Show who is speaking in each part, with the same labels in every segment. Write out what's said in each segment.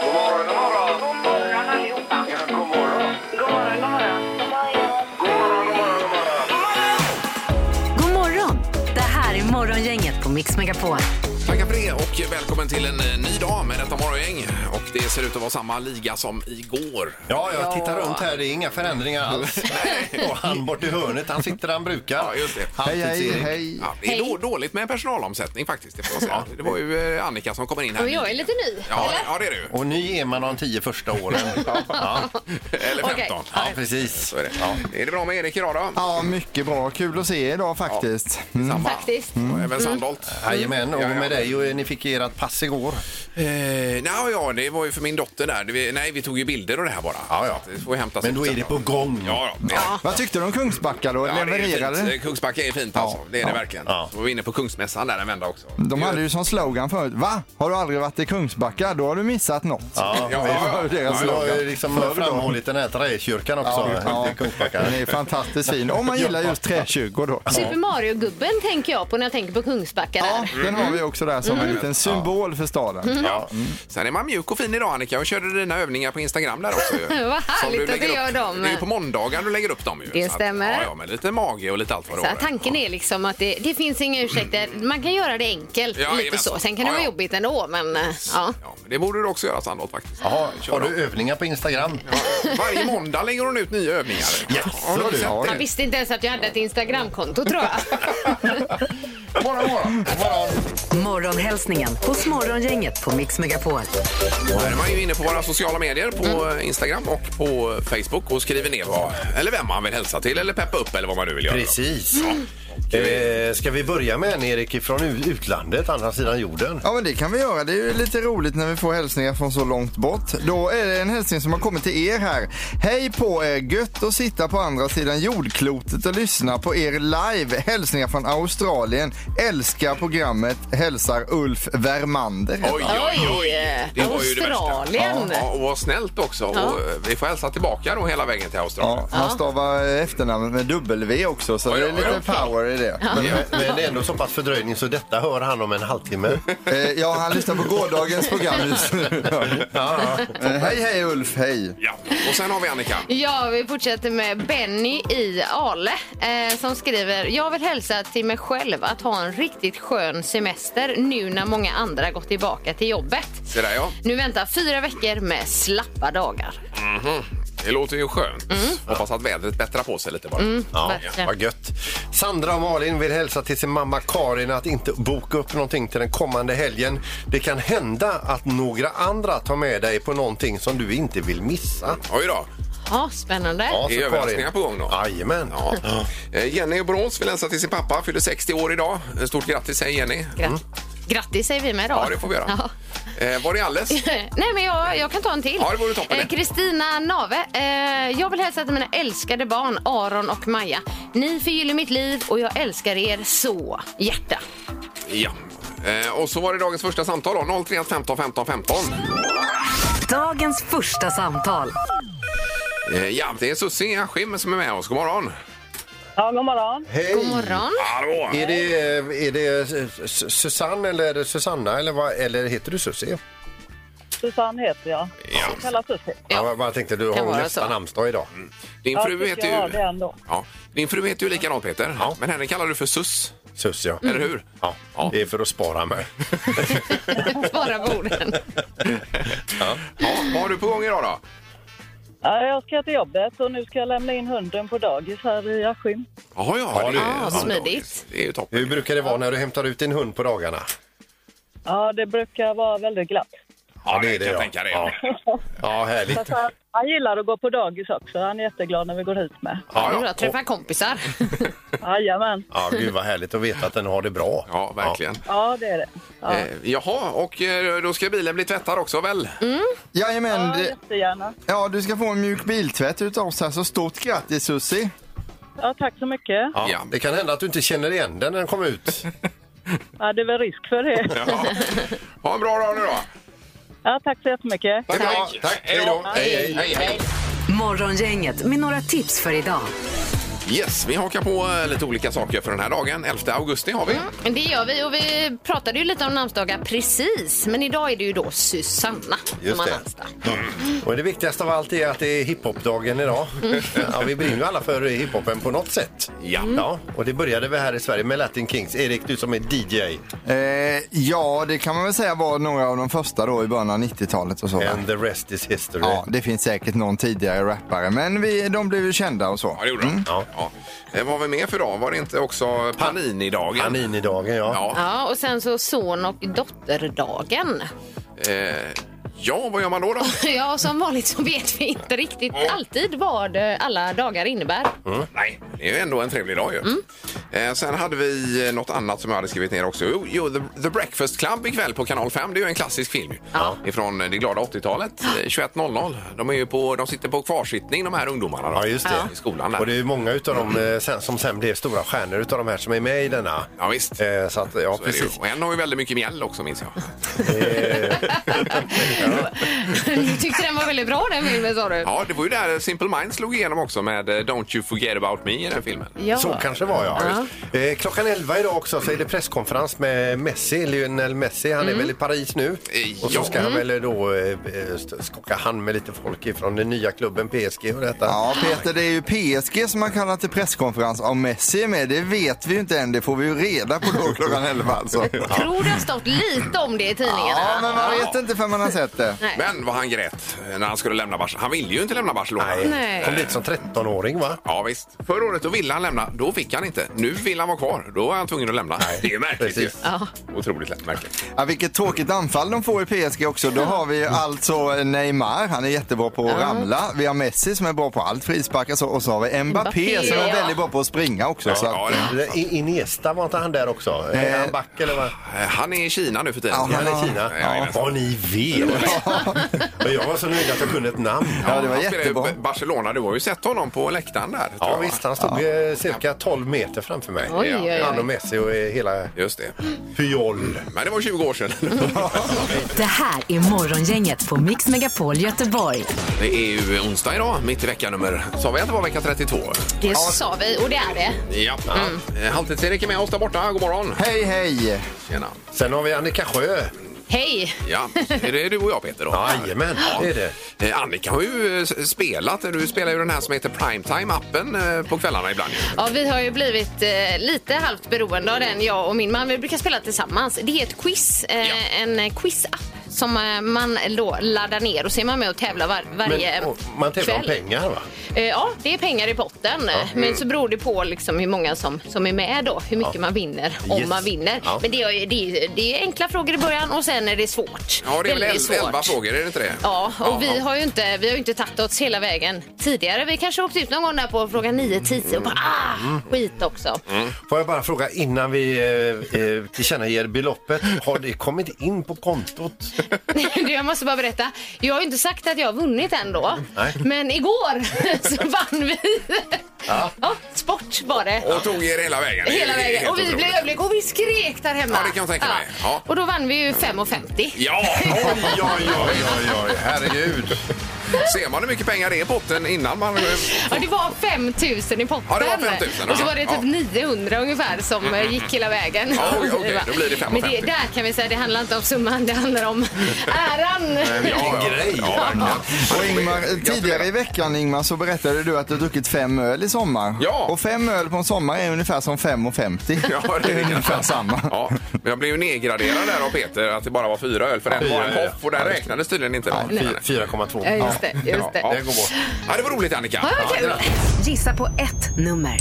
Speaker 1: God morgon, god morgon.
Speaker 2: God morgon allihopa.
Speaker 1: Ja, god morgon.
Speaker 2: God morgon, god morgon.
Speaker 1: God morgon, god morgon, god morgon.
Speaker 3: God morgon! Det här är Morgongänget på Mix Megapol.
Speaker 4: Tackar för det och välkommen till en eh, ny dag med detta morgongäng. Och det ser ut att vara samma liga som igår.
Speaker 5: Ja, jag tittar runt här. Det är inga förändringar alls. Och han bort i hörnet, han sitter där han brukar.
Speaker 4: Mm. Ja, just det.
Speaker 5: Hej, hej, hej.
Speaker 4: Ja, det är då, dåligt med personalomsättning faktiskt. Det, får man säga. det var ju eh, Annika som kommer in här.
Speaker 6: Och jag är lite ny.
Speaker 4: Ja, ja det är du.
Speaker 5: Och ny är man de tio första åren. Ja,
Speaker 4: Eller 15.
Speaker 6: Okej.
Speaker 4: Ja.
Speaker 5: ja precis.
Speaker 4: Så är, det. Ja. är det bra med Erik idag då?
Speaker 7: Ja, mycket bra. Kul att se er idag faktiskt. Mm.
Speaker 4: Samma.
Speaker 6: Faktiskt.
Speaker 4: Och även Sandholt.
Speaker 5: Mm. Jajamän, och
Speaker 4: Ja, ja.
Speaker 5: med dig och ni fick ert pass igår.
Speaker 4: Eh, nej, ja, det var ju för min dotter där. Det Vi, nej, vi tog ju bilder och det här bara.
Speaker 5: Ja, ja.
Speaker 4: Det får ju hämtas
Speaker 5: Men då
Speaker 4: upp
Speaker 5: är
Speaker 4: sen.
Speaker 5: det på gång.
Speaker 4: Ja, ja. ja.
Speaker 7: Vad tyckte du om Kungsbacka då?
Speaker 4: Ja, det är
Speaker 7: Levererade?
Speaker 4: fint. Eh, Kungsbacka är fint alltså. Det är det verkligen.
Speaker 5: Ja.
Speaker 4: Så var vi inne på Kungsmässan där en vända också.
Speaker 7: De hade ju som slogan förut, va? Har du aldrig varit i Kungsbacka? Då har du missat något.
Speaker 5: Ja,
Speaker 4: Ja,
Speaker 7: Det var ju deras
Speaker 5: Du har
Speaker 7: slogan.
Speaker 5: ju liksom framhållit den här träkyrkan också.
Speaker 7: Ja,
Speaker 5: i
Speaker 7: ja.
Speaker 5: Kungsbacka.
Speaker 7: Den är fantastiskt fin. Om man gillar just träkyrkor då.
Speaker 6: Super Mario-gubben tänker jag på när jag tänker på Kungsbacka.
Speaker 7: Ja,
Speaker 6: Där.
Speaker 7: den har vi också där som en liten symbol för staden.
Speaker 4: Mm. Ja. Sen är man mjuk och fin idag Annika. Jag körde dina övningar på Instagram där också. ju.
Speaker 6: Vad
Speaker 4: Som
Speaker 6: härligt att
Speaker 4: lägger
Speaker 6: du
Speaker 4: upp.
Speaker 6: gör dem.
Speaker 4: Det är ju på måndagar du lägger upp dem ju.
Speaker 6: Det
Speaker 4: Så att-
Speaker 6: stämmer.
Speaker 4: Ja, ja, men lite mage och lite allt vad
Speaker 6: Så här,
Speaker 4: det
Speaker 6: tanken är liksom att det, det finns inga ursäkter. Man kan göra det enkelt.
Speaker 4: Ja,
Speaker 6: lite
Speaker 4: jajamensan.
Speaker 6: så. Sen kan det
Speaker 4: Ja,
Speaker 6: vara
Speaker 4: ja.
Speaker 6: jobbigt ändå. Men, eh, ja.
Speaker 4: Ja, men det borde du också göra Sandholt faktiskt.
Speaker 5: Jaha,
Speaker 4: Kör
Speaker 5: har
Speaker 4: dem.
Speaker 5: du övningar på Instagram?
Speaker 4: Varje måndag lägger hon ut nya övningar. Har du
Speaker 7: så
Speaker 4: sett
Speaker 7: det har
Speaker 4: det?
Speaker 6: Jag visste inte ens att jag hade ett Instagramkonto tror jag.
Speaker 5: Morgon, morgon. morgon.
Speaker 3: Morgonhälsningen hos Morgongänget på Mix Megapol.
Speaker 4: Där är man ju inne på våra sociala medier på
Speaker 6: Mm.
Speaker 4: Instagram och på Facebook och skriver ner vad, eller vem man vill hälsa till eller peppa upp eller vad man nu vill göra.
Speaker 5: Precis. Eh, ska vi börja med en Erik från utlandet, andra sidan jorden?
Speaker 7: Ja men det kan vi göra. Det är ju lite roligt när vi får hälsningar från så långt bort. Då är det en hälsning som har kommit till er här. Hej på er! Gött att sitta på andra sidan jordklotet och lyssna på er live. Hälsningar från Australien. Älskar programmet. Hälsar Ulf Vermander.
Speaker 4: Oj, oj, oj! Det var ju det värsta.
Speaker 6: Australien.
Speaker 4: Ja, och vad snällt också.
Speaker 6: Ja.
Speaker 4: Och eh, vi får hälsa tillbaka då hela vägen till Australien.
Speaker 7: Ja, han stavar efternamnet med W också så
Speaker 4: Oj,
Speaker 7: det är
Speaker 4: oj,
Speaker 7: lite
Speaker 4: okej.
Speaker 7: power i det.
Speaker 5: Men, men det är ändå så pass fördröjning så detta hör han om en halvtimme.
Speaker 7: Eh, Ja, han lyssnar på gårdagens program just nu. Eh, Hej, hej Ulf, hej.
Speaker 4: Ja. Och sen har vi Annika.
Speaker 6: Ja, vi fortsätter med Benny i Ale eh, som skriver Jag vill hälsa till mig själv att ha en riktigt skön semester nu när många andra gått tillbaka till jobbet.
Speaker 4: Se där ja.
Speaker 6: Nu väntar fyra veckor med slappa dagar.
Speaker 4: Det låter ju skönt. Hoppas att vädret bättrar på sig lite bara.
Speaker 5: Ja,
Speaker 6: verkligen.
Speaker 5: vad gött. Sandra och Malin vill hälsa till sin mamma Karin att inte boka upp någonting till den kommande helgen. Det kan hända att några andra tar med dig på någonting som du inte vill missa.
Speaker 4: Oj då.
Speaker 6: Ja, spännande.
Speaker 5: Ja,
Speaker 4: Är
Speaker 5: så
Speaker 4: överraskningar på gång då?
Speaker 5: Jajamän.
Speaker 4: Ja. Eh, Jenny i Borås vill hälsa till sin pappa. Fyller 60 år idag. Eh, Stort grattis säger Jenny.
Speaker 6: Gra- Grattis säger vi med då.
Speaker 4: Mm. Ja, det får vi göra.
Speaker 6: Ja.
Speaker 4: Eh, Var det alles?
Speaker 6: Nej, men jag, jag kan ta en till.
Speaker 4: Ja, det vore toppen.
Speaker 6: Eh, Kristina Nave. Eh, jag vill hälsa till mina älskade barn Aron och Maja. Ni förgyller mitt liv och jag älskar er så. Hjärta.
Speaker 4: Ja. Eh, Och så var det dagens första samtal då. 031 15 15 15.
Speaker 3: Dagens första samtal.
Speaker 4: Eh, Ja, det är Susie Askim som är med oss. God morgon.
Speaker 2: Ja, god morgon.
Speaker 5: Hej!
Speaker 6: God
Speaker 4: Mm.
Speaker 6: morgon.
Speaker 4: Hallå!
Speaker 5: Är det, är det Sus- Susanne eller är det Susanna eller, vad, eller heter du Susie?
Speaker 2: Susanne heter jag.
Speaker 4: Ja.
Speaker 2: Jag kallas Susie.
Speaker 6: Ja.
Speaker 5: Ja. Jag tänkte du
Speaker 6: Kan
Speaker 5: har
Speaker 6: vara
Speaker 5: nästan
Speaker 6: så.
Speaker 5: namnsdag idag.
Speaker 4: Din
Speaker 2: Ja,
Speaker 4: fru
Speaker 2: tycker jag
Speaker 4: heter
Speaker 2: det
Speaker 4: ju...
Speaker 2: ändå.
Speaker 4: Ja. Din fru heter ju likadant Peter.
Speaker 5: Ja.
Speaker 4: Men henne kallar du för Sus,
Speaker 5: Sus ja.
Speaker 4: eller hur?
Speaker 5: Ja,
Speaker 4: Ja.
Speaker 5: det är för att spara mig.
Speaker 6: Bara borden.
Speaker 4: Ja, vad har du på gång idag då?
Speaker 2: Ja, jag ska till jobbet och nu ska jag lämna in hunden på dagis här i Askim.
Speaker 4: Jaha, ja.
Speaker 5: Ja,
Speaker 4: det är-
Speaker 6: ah, smidigt.
Speaker 4: Det är ju toppen.
Speaker 5: Hur brukar det vara när du hämtar ut din hund på dagarna?
Speaker 2: Ja, det brukar vara väldigt glatt.
Speaker 4: Ja, det är det. Jag tänka det. Ja.
Speaker 5: Ja, ja härligt.
Speaker 2: Fast han, han gillar att gå på dagis också. Han är jätteglad när vi går hit med.
Speaker 6: Ja,
Speaker 4: Ja,
Speaker 6: Bra,
Speaker 4: ja.
Speaker 6: träffa kompisar.
Speaker 2: Jajamän.
Speaker 5: Ja, gud vad härligt att veta att den har det bra.
Speaker 4: ja verkligen.
Speaker 2: Ja, det är det. Ja,
Speaker 4: Eh, jaha, och eh, då ska bilen bli tvättad också väl?
Speaker 7: Jajamän,
Speaker 2: ja
Speaker 7: det,
Speaker 2: jättegärna.
Speaker 7: ja, du ska få en mjuk biltvätt utav oss här, så stort grattis Susie.
Speaker 2: Ja, tack så mycket.
Speaker 5: Ja.
Speaker 4: Ja.
Speaker 5: Ja. Det kan hända att du inte känner igen den när den kom ut.
Speaker 2: Ja, det är väl risk för det.
Speaker 4: Ja. Ha en bra dag nu då.
Speaker 2: Ja, tack så jättemycket.
Speaker 4: Tack.
Speaker 5: Tack, hej då.
Speaker 4: Hej, hej.
Speaker 3: Morgongänget med några tips för idag.
Speaker 4: Yes, vi hakar på eh, lite olika saker för den här dagen. 11 augusti har vi.
Speaker 6: Det gör vi och vi pratade ju lite om namnsdagar precis. Men idag är det ju då Susanna
Speaker 5: Just
Speaker 6: som har
Speaker 5: det.
Speaker 6: namnsdag.
Speaker 5: Och det viktigaste av allt är att det är hiphopdagen idag. Ja, vi brinner ju alla för hiphopen på något sätt.
Speaker 4: Mm. Ja.
Speaker 5: Ja, och det började väl här i Sverige med Latin Kings. Erik, du som är DJ.
Speaker 7: Eh, ja, det kan man väl säga var några av de första då i början av 90-talet och så. va?
Speaker 5: And the rest is history.
Speaker 7: Ja, det finns säkert någon tidigare rappare, men vi, de blev ju kända och så.
Speaker 4: Ja, det gjorde mm. ja.
Speaker 5: Ja.
Speaker 4: Eh, Vad var vi med för dag? Var det inte också Panini-dagen?
Speaker 5: Panini-dagen, ja.
Speaker 4: Ja.
Speaker 6: Ja, och sen så son och dotterdagen.
Speaker 4: Eh, ja, vad gör man då? då?
Speaker 6: Ja, och som vanligt så vet vi inte riktigt alltid vad eh, alla dagar innebär.
Speaker 4: Nej, det är ju ändå en trevlig dag ju. Eh, sen hade vi eh, något annat som jag hade skrivit ner också. Jo, jo The, The Breakfast Club ikväll på Kanal 5. Det är ju en klassisk film ju. ifrån eh, det glada 80-talet. Eh, 21.00. De, är ju på, de sitter på kvarsittning de här ungdomarna. Då,
Speaker 5: Ja, just det.
Speaker 4: I skolan där. Mm.
Speaker 5: Och det är ju många utav dem eh, sen, som sen blev stora stjärnor utav de här som är med i denna.
Speaker 4: Ja, visst.
Speaker 5: Eh, Så att, ja,
Speaker 4: Så är det ju.
Speaker 5: precis.
Speaker 4: Och en har ju väldigt mycket mjäll också minns jag.
Speaker 5: Mm.
Speaker 6: Du tyckte den var väldigt bra den filmen sa du?
Speaker 4: Ja, det var ju där Simple Minds slog igenom också med eh, Don't You Forget About Me i den filmen.
Speaker 5: Så kanske det var, ja. Eh, Klockan 11 idag också så är det presskonferens med Messi, Lionel Messi. Han
Speaker 6: Mm.
Speaker 5: är väl i Paris nu.
Speaker 4: Eh,
Speaker 5: Och så
Speaker 4: ja.
Speaker 5: ska han väl då eh, eh, st- skaka hand med lite folk ifrån den nya klubben PSG och detta.
Speaker 7: Ja, Peter, det är ju PSG som man kallar till presskonferens om Messi är med. Det vet vi ju inte än. Det får vi ju reda på då klockan 11 alltså.
Speaker 6: Tror det har stått lite om det i tidningarna?
Speaker 7: Ja, men man vet inte förrän man har sett det.
Speaker 6: Nej.
Speaker 4: Men vad han grät eh, när han skulle lämna Barcelona. Han ville ju inte lämna Barcelona.
Speaker 6: Nej.
Speaker 5: Kom dit som 13-åring, va?
Speaker 4: Ja visst. Förra året då ville han lämna, då fick han inte. Nu vill han vara kvar, då är han tvungen att lämnä. Det är ju märkligt ju.
Speaker 5: precis.
Speaker 6: Ja.
Speaker 4: Otroligt lätt märkligt.
Speaker 7: Ja, vilket tråkigt anfall de får i PSG också. Då har vi ju alltså Neymar, han är jättebra på att ramla. Vi har Messi som är bra på allt, frisparkar så, och så har vi Mbappé
Speaker 6: Mbappé,
Speaker 7: som är
Speaker 6: ja.
Speaker 7: väldigt bra på att springa också. så att,
Speaker 4: Ja, det.
Speaker 5: Det- Eh, I- Iniesta, var inte han där också? Är han back eller vad?
Speaker 4: Eh, Han är i Kina nu för tiden.
Speaker 7: Ja,
Speaker 5: Han är i
Speaker 4: Ja,
Speaker 5: Kina?
Speaker 4: jajamensan.
Speaker 5: Vad ni vet! Och jag var så nöjd att jag kunde ett namn.
Speaker 7: Ja, det var
Speaker 4: Han spelar ju
Speaker 7: jättebra.
Speaker 4: B- Barcelona, du har ju sett honom på läktaren där. tror
Speaker 5: Ja,
Speaker 4: jag.
Speaker 5: visst, han stod eh, cirka 12 meter framför mig.
Speaker 6: Oj, oj,
Speaker 5: Han och
Speaker 6: oj.
Speaker 5: Messi och eh, hela
Speaker 4: Just det.
Speaker 5: Puyol.
Speaker 4: Men det var 20 år sedan.
Speaker 3: Det här är Morgongänget på Mix Megapol Göteborg.
Speaker 4: det är ju onsdag idag, mitt i vecka nummer... Sa vi att det var vecka 32?
Speaker 6: Det sa vi och det är det.
Speaker 4: Ja. Mm. Halvtids-Erik är med oss där borta. God morgon!
Speaker 7: Hej, hej!
Speaker 4: Tjena.
Speaker 5: Sen har vi Annika Sjö.
Speaker 6: Hej!
Speaker 4: Ja, är det du och jag Peter då?
Speaker 5: Jajamän, det är det.
Speaker 4: Eh, Annika har ju eh, s- spelat, du spelar ju den här som heter Primetime-appen eh, på kvällarna ibland. ju.
Speaker 6: Ja, vi har ju blivit eh, lite halvt beroende av den, jag och min man. Vi brukar spela tillsammans. Det är ett quiz, eh,
Speaker 4: Ja.
Speaker 6: en eh, quiz-app som eh, man då laddar ner och så är man med och tävlar var, varje
Speaker 5: Men, och, man tävlar om
Speaker 6: kväll.
Speaker 5: pengar, va?
Speaker 6: Eh, Ja, det är pengar i potten. Men så beror det på liksom hur många som, som är med då, hur mycket man vinner, om
Speaker 5: Yes.
Speaker 6: man vinner.
Speaker 5: Ja.
Speaker 6: Men det är, ju- det, är, det är enkla frågor i början och sen är det svårt.
Speaker 4: Ja, det är väl
Speaker 6: Väldigt
Speaker 4: 11,
Speaker 6: svårt.
Speaker 4: 11 frågor, är det inte det?
Speaker 6: Ja, och vi har ju inte, vi har ju inte tagit oss hela vägen tidigare. Vi kanske åkte ut någon gång där på fråga 9, 10 och bara ah, skit också.
Speaker 5: Får jag bara fråga innan vi eh, eh, tillkännager beloppet. Har det kommit in på kontot?
Speaker 6: Du, jag måste bara berätta. Jag har ju inte sagt att jag har vunnit ändå.
Speaker 5: Nej.
Speaker 6: Men igår så vann vi. Ja. sport var det.
Speaker 4: Och tog er hela vägen. Det är
Speaker 6: Hela
Speaker 4: helt
Speaker 6: vägen. Och vi
Speaker 4: otroligt.
Speaker 6: blev överlyckliga och vi skrek där hemma.
Speaker 4: Ja, det kan jag tänka mig. Ja.
Speaker 6: Och då vann vi ju 5,50.
Speaker 4: Ja, oj, oj, oj, oj, oj, herregud. Ser man hur mycket pengar det är i potten innan man... eh,
Speaker 6: Ja, det var 5 000 i potten.
Speaker 4: Ja, det var 5 000,
Speaker 6: Och så var det typ
Speaker 4: ja. Mm,
Speaker 6: 900 ungefär som eh, gick hela vägen.
Speaker 4: Ja, okej, okej, då blir det 5,50.
Speaker 6: Men det, där kan vi säga, det handlar inte om summan, det handlar om äran.
Speaker 4: ja,
Speaker 5: grej.
Speaker 4: Ja, verkligen.
Speaker 7: Och Ingmar, tidigare i veckan Ingmar så berättade du att du har druckit fem öl i sommar.
Speaker 4: Ja.
Speaker 7: Och fem öl på en sommar är ungefär som 5,50.
Speaker 4: Ja,
Speaker 7: det är ungefär
Speaker 4: kanske.
Speaker 7: samma.
Speaker 4: Ja, men jag blev ju nedgraderad där av Peter att det bara var fyra öl för en var en
Speaker 5: fyra, ja.
Speaker 4: hoff och den räknades tydligen inte. då. Nej.
Speaker 5: 4,2.
Speaker 6: Ja, just det. Just det.
Speaker 4: Ja.
Speaker 5: Det går bort.
Speaker 4: Ja, det var roligt Annika.
Speaker 6: Ja, vad kul.
Speaker 3: Gissa på ett nummer.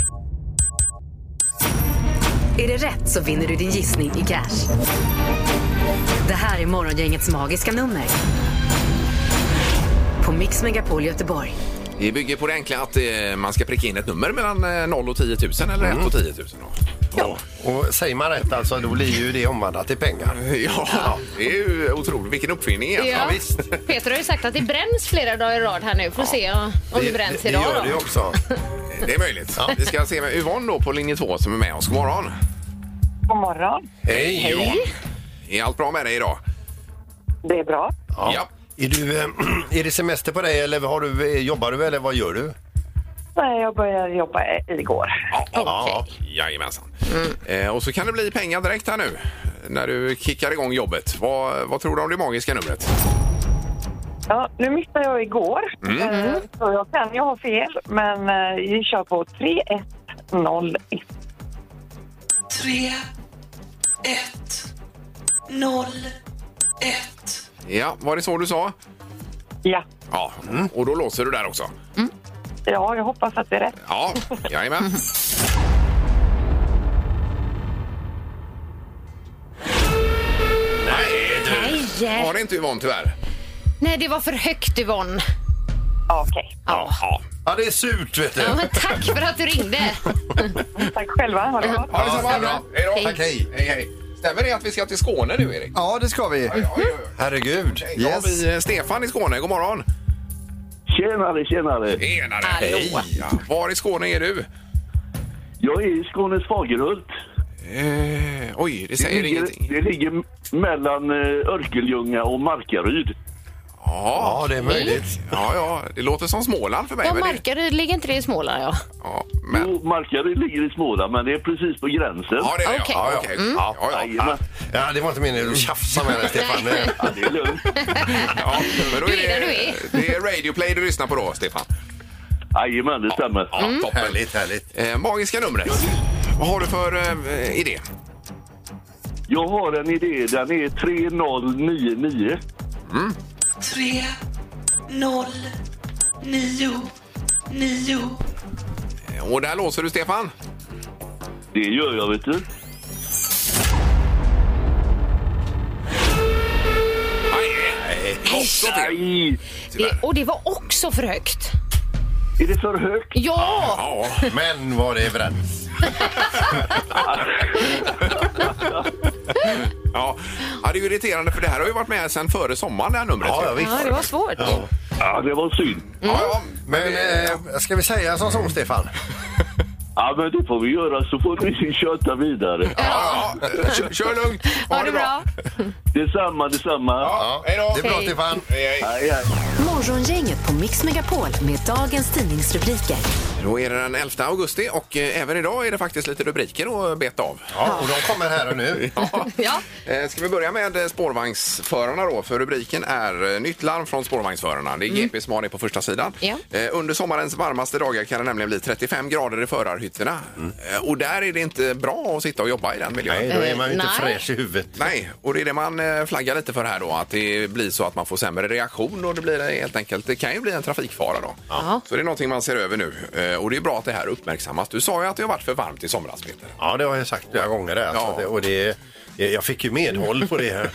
Speaker 3: Är det rätt så vinner du din gissning i cash. Det här är Morgongängets magiska nummer. På Mix Megapol Göteborg.
Speaker 4: Det bygger på det enkla att eh, man ska pricka in ett nummer mellan eh, 0 och 10 000 eller
Speaker 5: Mm.
Speaker 4: 1 och 10 000. då.
Speaker 5: Ja. Och säger man rätt alltså, då blir ju det omvandlat till pengar.
Speaker 4: Ja, det är ju otroligt. Vilken uppfinning
Speaker 6: Ja.
Speaker 4: egentligen.
Speaker 6: Peter har ju sagt att det bränns flera dagar i rad här nu. Får se om det, bränns
Speaker 5: det, det
Speaker 6: idag
Speaker 5: gör det ju
Speaker 6: då.
Speaker 5: också.
Speaker 4: Det är möjligt. Vi ska se med Yvonne då på linje 2 som är med oss. God morgon.
Speaker 2: God morgon.
Speaker 4: Hej Yvonne. Är allt bra med dig idag?
Speaker 2: Det är bra.
Speaker 4: Ja.
Speaker 5: Är, du, eh, är det semester på dig eller har du, eh, jobbar du eller vad gör du?
Speaker 2: Nej, jag började jobba igår.
Speaker 4: Ja, ja, jajamensan. Eh, och så kan det bli pengar direkt här nu när du kickar igång jobbet. Vad, vad tror du om det magiska numret?
Speaker 2: Ja, nu missade jag igår,
Speaker 8: Mm.
Speaker 2: eh, så jag kan ju ha fel. Men eh, vi kör på 3101.
Speaker 8: 3, 1, 0, 1.
Speaker 4: Ja, var det så du sa?
Speaker 2: Ja.
Speaker 4: Ja, och då låser du där också.
Speaker 2: ja, jag hoppas att det är rätt.
Speaker 4: Ja, jajamän. Nej, du.
Speaker 6: Nej,
Speaker 4: Var det inte Yvonne tyvärr?
Speaker 6: Nej det var för högt Yvonne.
Speaker 2: Ja, Okej.
Speaker 4: Ja. ja.
Speaker 5: Ja, det är surt vet du.
Speaker 6: Ja, men tack för att du ringde.
Speaker 2: Tack själva. Ha det gott.
Speaker 4: Ha det så bra.
Speaker 6: bra.
Speaker 4: Hej då.
Speaker 6: Hej.
Speaker 4: Tack, hej. hej, hej. Stämmer det att vi ska till Skåne nu, Erik?
Speaker 7: Ja, det ska vi.
Speaker 4: Ja, ja, ja.
Speaker 5: Herregud.
Speaker 4: Då har vi eh, Stefan i Skåne. God morgon!
Speaker 9: Tjenare, tjenare!
Speaker 4: Tjenare!
Speaker 6: Hallå.
Speaker 4: Hej. Ja. Var i Skåne är du?
Speaker 9: Jag är i Skånes Fagerhult.
Speaker 4: Eh, oj, det
Speaker 9: Det
Speaker 4: säger
Speaker 9: ligger,
Speaker 4: ingenting.
Speaker 9: det ligger mellan eh, Örkelljunga och Markaryd.
Speaker 4: Ja,
Speaker 5: Ja, det är möjligt.
Speaker 4: ja, ja, det låter som Småland för mig.
Speaker 6: Jag
Speaker 4: men det-
Speaker 6: märker, det ligger inte det i Småland ja.
Speaker 4: ja, men,
Speaker 9: Jo, Markaryd ligger i Småland, men det är precis på gränsen.
Speaker 4: ja, det är det.
Speaker 6: Okej.
Speaker 4: Ja, okej. Mm. Ja, ja, ja.
Speaker 9: Jajamän.
Speaker 5: Ja, det var inte meningen att tjafsa med dig Stefan. Det-
Speaker 9: Ja, det är lugnt.
Speaker 4: Ja, men då
Speaker 6: Du är där du är.
Speaker 4: det är Radio Play du lyssnar på då, Stefan.
Speaker 9: Jajamän, det stämmer.
Speaker 4: Ja, toppen.
Speaker 5: Härligt, härligt.
Speaker 4: Eh, magiska numret. Mm. Vad har du för eh, idé?
Speaker 9: Jag har en idé. Den är 3099.
Speaker 8: 3, 0, 9, 9.
Speaker 4: Och där låser du, Stefan.
Speaker 9: Det gör jag, vet du.
Speaker 4: Nej, också fel.
Speaker 9: Nej,
Speaker 6: Det, och det var också för högt.
Speaker 9: är det för högt?
Speaker 6: Ja!
Speaker 4: Ja,
Speaker 5: Men var det överens.
Speaker 4: ja. ja, det är ju irriterande för det här har ju varit med sedan före sommaren, det här numret.
Speaker 5: Ja, ja, visst.
Speaker 6: Ja, det var svårt.
Speaker 9: Ja, det var synd.
Speaker 4: ja, ja.
Speaker 5: Men eh, ska vi säga som så, Stefan?
Speaker 9: Ja, men det får vi göra, så får ni köta vidare.
Speaker 4: Ja, ja. Kör, kör lugnt.
Speaker 6: Ha det bra.
Speaker 9: Detsamma, detsamma.
Speaker 4: Ja, hej då.
Speaker 5: Det är bra, Stefan.
Speaker 4: Hej, hej.
Speaker 9: Hej, hej.
Speaker 3: Morgongänget på Mix Megapol med dagens tidningsrubriker.
Speaker 4: Då är det den 11 augusti och eh, även idag är det faktiskt lite rubriker att beta av.
Speaker 5: Ja, och de kommer här och nu.
Speaker 6: Ja.
Speaker 4: Eh, Ska vi börja med eh, spårvagnsförarna då? För rubriken är eh, Nytt larm från spårvagnsförarna. Det är GP som har det på första sidan.
Speaker 6: Mm. Ja.
Speaker 4: Eh, Under sommarens varmaste dagar kan det nämligen bli 35 grader i förarhytterna. Eh, Och där är det inte bra att sitta och jobba i den miljön.
Speaker 5: Mm. Nej, då är man ju inte
Speaker 6: Eh, nej.
Speaker 5: fräsch i huvudet.
Speaker 4: Nej, och det är det man eh, flaggar lite för här då, att det blir så att man får sämre reaktion och det blir eh, helt enkelt, det kan ju bli en trafikfara då.
Speaker 6: Ja.
Speaker 4: Så det är någonting man ser över nu eh, och det är bra att det här uppmärksammas. Du sa ju att det har varit för varmt i somras, Peter.
Speaker 5: Ja, det har jag sagt flera gånger. Där, alltså,
Speaker 4: Ja.
Speaker 5: det, och det, jag fick ju medhåll på det. Här.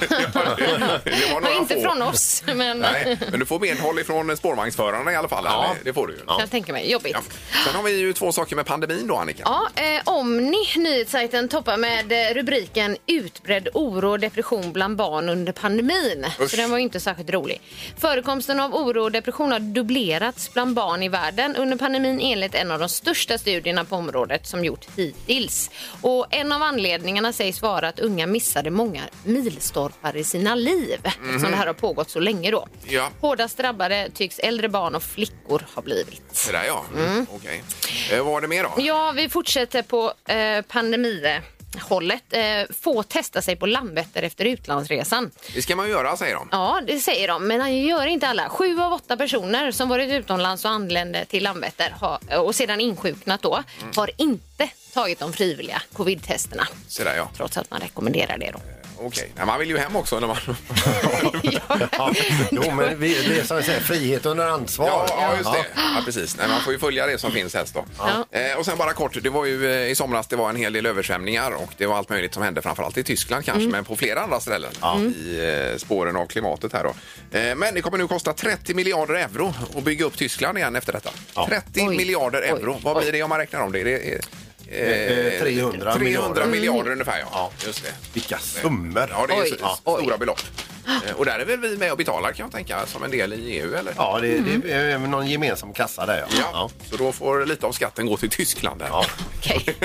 Speaker 4: Det
Speaker 6: Det var inte från oss, men
Speaker 4: Nej, men du får medhåll ifrån spårvagnsförarna i alla fall.
Speaker 5: Ja.
Speaker 4: eller? Det får du ju.
Speaker 6: jag tänker mig, jobbigt.
Speaker 4: Ja. Sen har vi ju två saker med pandemin då, Annika.
Speaker 6: Ja, eh, Omni, nyhetssajten, toppar med eh, rubriken Utbredd oro och depression bland barn under pandemin.
Speaker 4: Usch.
Speaker 6: Så den var ju inte särskilt rolig. Förekomsten av oro och depression har dubblerats bland barn i världen under pandemin enligt en av de största studierna på området som gjort hittills. Och en av anledningarna sägs vara att unga missade många milstolpar i sina liv eftersom det här har pågått så länge då.
Speaker 4: Mhm. Ja.
Speaker 6: Hårdast drabbade tycks äldre barn och flickor ha blivit.
Speaker 4: Så där ja. Mm. Okej. Eh, vad var det mer då?
Speaker 6: Ja, vi fortsätter på eh, pandemihållet. Eh, få testa sig på Landvetter efter utlandsresan.
Speaker 4: Det ska man ju göra, säger de.
Speaker 6: Ja, det säger de, men det gör inte alla. Sju av åtta personer som varit utomlands och anlände till Landvetter har, och sedan insjuknat då har inte tagit de frivilliga covid-testerna,
Speaker 4: Så där ja.
Speaker 6: trots att man rekommenderar det. Då.
Speaker 4: Okej. Nej, Man vill ju hem också när man...
Speaker 5: Ja, jo, men vi, det är som jag säger, frihet under ansvar.
Speaker 4: Ja, ja, just det. Ja, precis. Nej, man får ju följa det som finns helst då.
Speaker 6: Ja.
Speaker 4: Eh, och sen bara kort, det var ju eh, i somras det var en hel del översvämningar och det var allt möjligt som hände, framförallt i Tyskland kanske,
Speaker 6: Mm.
Speaker 4: men på flera andra ställen i eh, spåren av klimatet här då. Eh, men det kommer nu kosta 30 miljarder euro att bygga upp Tyskland igen efter detta. 30
Speaker 6: Oj.
Speaker 4: miljarder
Speaker 6: Oj.
Speaker 4: euro. Vad blir det om man räknar om det? det är,
Speaker 5: Eh, 300 miljarder.
Speaker 4: miljarder ungefär, ja. Just det.
Speaker 5: Vilka summor!
Speaker 4: Ja, det är ju
Speaker 6: Mm. Oj.
Speaker 4: så- stora belopp. Eh, Och där är väl vi med och betalar kan jag tänka, som en del i EU eller?
Speaker 5: Ja, det, det är även någon gemensam kassa där. Ja,
Speaker 4: Ja, så då får lite av skatten gå till Tyskland. Där.
Speaker 5: Ja.
Speaker 6: Okej.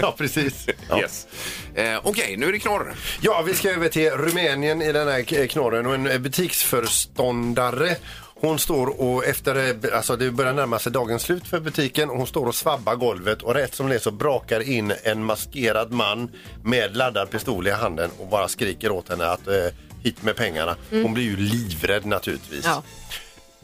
Speaker 5: ja precis. Ja.
Speaker 4: Yes. Eh, Okej, nu är det knorr.
Speaker 5: Ja, vi ska över till Rumänien i den här k- knorren och en eh, butiksföreståndare Hon står och efter, eh, alltså det börjar närma sig dagens slut för butiken och hon står och svabbar golvet och rätt som det är så brakar in en maskerad man med laddad pistol i handen och bara skriker åt henne att eh, hit med pengarna. Hon blir ju livrädd naturligtvis.
Speaker 6: Ja.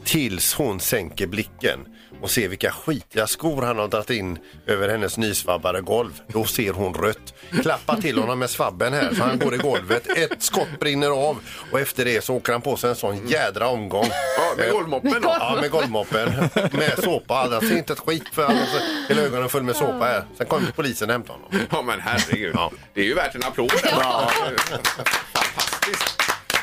Speaker 5: Tills hon sänker blicken och ser vilka skitiga skor han har dragit in över hennes nysvabbade golv. Då ser hon rött. Klappa till honom med svabben här så han går i golvet. Ett skott brinner av och efter det så åker han på sig en sån jädra omgång.
Speaker 4: Ja, med
Speaker 5: Eh,
Speaker 4: golvmoppen då?
Speaker 5: Ja, med golvmoppen. Med såpa. Han ser inte ett skit för han har hela ögonen full med såpa här. Sen kommer polisen och hämtar honom.
Speaker 4: Ja, men herregud.
Speaker 5: Ja.
Speaker 4: Det är ju värt en applåd. Fantastiskt.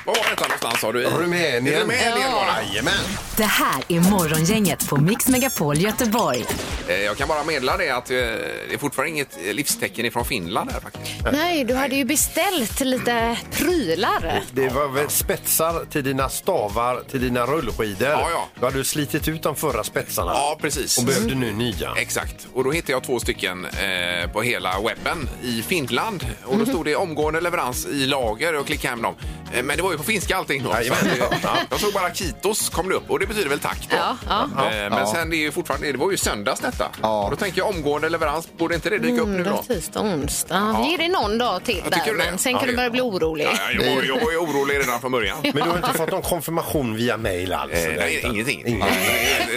Speaker 4: Var var detta någonstans sa du? I
Speaker 5: Rumänien.
Speaker 4: Rumänien var det.
Speaker 5: Jajamän.
Speaker 3: Det här är Morgongänget på Mix Megapol Göteborg.
Speaker 4: Eh, Jag kan bara meddela det att eh, det är fortfarande inget eh, livstecken ifrån Finland här faktiskt.
Speaker 6: Nej, du hade ju beställt lite prylar.
Speaker 5: Det var väl spetsar till dina stavar, till dina rullskidor.
Speaker 4: Ja, ja.
Speaker 5: Då hade du slitit ut de förra spetsarna
Speaker 4: Ja, precis.
Speaker 5: och behövde nu nya.
Speaker 4: Exakt. Och då hittade jag två stycken eh, på hela webben i Finland. Och
Speaker 6: Mhm.
Speaker 4: då stod det omgående leverans i lager och klickade hem dem. Eh, men det var ju på finska allting då.
Speaker 5: Jajamän.
Speaker 4: Så att, eh, Jag såg bara Kitos kom det upp och det betyder väl tack då.
Speaker 6: Ja, ja.
Speaker 4: Eh, men sen det är ju fortfarande, det var ju söndags detta.
Speaker 7: Ja.
Speaker 4: Och då tänker jag omgående leverans, borde inte det dyka upp nu då?
Speaker 6: Måndag, tisdag, onsdag.
Speaker 4: Ja.
Speaker 6: Ge dig någon dag till
Speaker 4: Jag
Speaker 6: där.
Speaker 4: tycker
Speaker 6: men
Speaker 4: det.
Speaker 6: Sen
Speaker 4: Ja,
Speaker 6: kan
Speaker 4: det-
Speaker 6: du börja bli orolig.
Speaker 4: Ja, ja, jag, var, jag var ju orolig redan från början.
Speaker 5: Men du har inte fått någon konfirmation via mejl alls?
Speaker 4: Eh,
Speaker 5: eller?
Speaker 4: nej, ingenting.
Speaker 5: Ingen.
Speaker 4: Nej,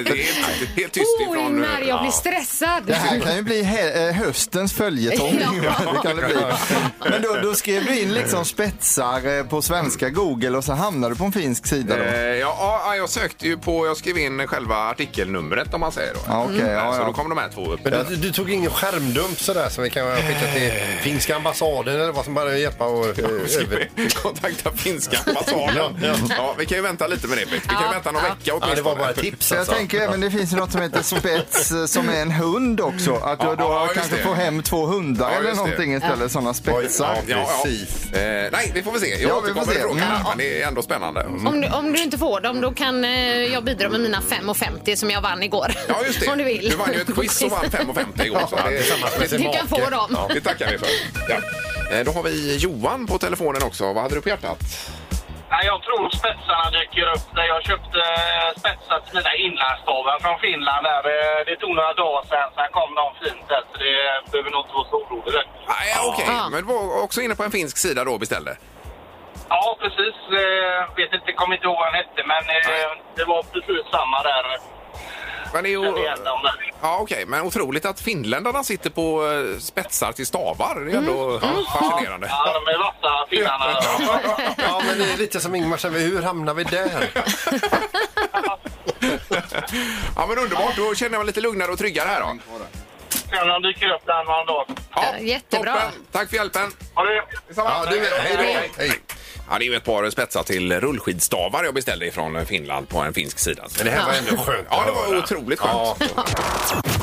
Speaker 4: Det är helt, helt tyst
Speaker 6: Oj,
Speaker 4: ifrån... eh,
Speaker 6: när jag blir stressad.
Speaker 7: Det här kan ju bli he- eh, höstens följetong.
Speaker 6: Ja.
Speaker 7: Det kan det bli. Men då, då skrev du in liksom spetsar eh, på svenska Google och så hamnade du på en finsk sida då.
Speaker 4: Eh, ja, ja, jag sökte ju på, jag skrev in själva artikelnumret om man säger då.
Speaker 7: Ja, okej, ja,
Speaker 4: Så
Speaker 7: ja.
Speaker 4: då kom de här två upp.
Speaker 5: Men du, du tog ingen skärmdump sådär som vi kan skicka till
Speaker 4: Eh.
Speaker 5: finska ambassaden eller vad som bara hjälpa och eh, över...
Speaker 4: Kontakta finska ambassaden. ja, vi kan ju vänta lite med det. Peter. Vi kan ju vänta någon vecka
Speaker 5: Ja,
Speaker 4: åtminstone.
Speaker 5: det var bara ett tips
Speaker 7: Så jag
Speaker 5: alltså.
Speaker 7: tänker även det finns ju något som heter spets eh, som är en hund också. Att du då
Speaker 4: ja, just
Speaker 7: kanske
Speaker 4: det.
Speaker 7: får hem två hundar
Speaker 4: Ja,
Speaker 7: eller
Speaker 4: just det.
Speaker 7: någonting istället. Sådana spetsar.
Speaker 5: Ja,
Speaker 4: Ja,
Speaker 5: precis.
Speaker 4: ja. Eh, nej, vi får väl se. Jag
Speaker 7: Ja, vi
Speaker 4: återkommer
Speaker 7: får
Speaker 4: i
Speaker 7: se.
Speaker 4: frågan.
Speaker 7: Mm.
Speaker 4: här, Men det är ändå spännande.
Speaker 6: Om du, om du inte får dem då kan eh, jag bidra med mina 5,50 som jag vann igår.
Speaker 4: Ja, just det.
Speaker 6: Om du vill.
Speaker 4: vann ju ett quiz och vann 5,50 igår. Så det,
Speaker 5: tillsammans med sin
Speaker 6: Du kan
Speaker 5: make.
Speaker 6: få dem.
Speaker 4: ja, det tackar vi för. Ja. Eh, Då har vi Johan på telefonen också. Vad hade du på hjärtat?
Speaker 10: Nej, jag tror spetsarna dyker upp. Där jag köpte eh, spetsar till mina inlandsstavar från Finland. Där. Eh, Det tog några dagar sedan, sen kom de fint. där, Så det behöver nog inte vara så orolig. där.
Speaker 4: Nej, okej.
Speaker 6: Ja.
Speaker 4: Men du var också inne på en finsk sida då och beställde.
Speaker 10: Ja, precis. Eh, Vet inte, kommer inte ihåg vad han hette, men eh,
Speaker 4: Nej.
Speaker 10: det var precis samma där. eh,
Speaker 4: Men det är ju...
Speaker 10: När det gällde om det.
Speaker 4: Ja, okej. Men otroligt att finländarna sitter på eh, spetsar till stavar. Det är ändå ja, fascinerande.
Speaker 10: Ja, de är vassa finnarna.
Speaker 5: Ja, men det är lite som Ingmar säger, hur hamnar vi där?
Speaker 4: Ja, men underbart. Då känner jag mig lite lugnare och tryggare här då.
Speaker 10: Sen de dyker upp där någon dag.
Speaker 4: Ja,
Speaker 6: jättebra.
Speaker 4: Toppen. Tack för hjälpen.
Speaker 10: Ha det!
Speaker 5: Ja, du, hej då! Hej.
Speaker 4: Ja, det är ju ett par spetsar till rullskidstavar jag beställde ifrån Finland på en finsk sida.
Speaker 5: Men det här var ändå skönt
Speaker 4: Ja,
Speaker 5: att
Speaker 4: det var
Speaker 5: höra.
Speaker 4: otroligt skönt.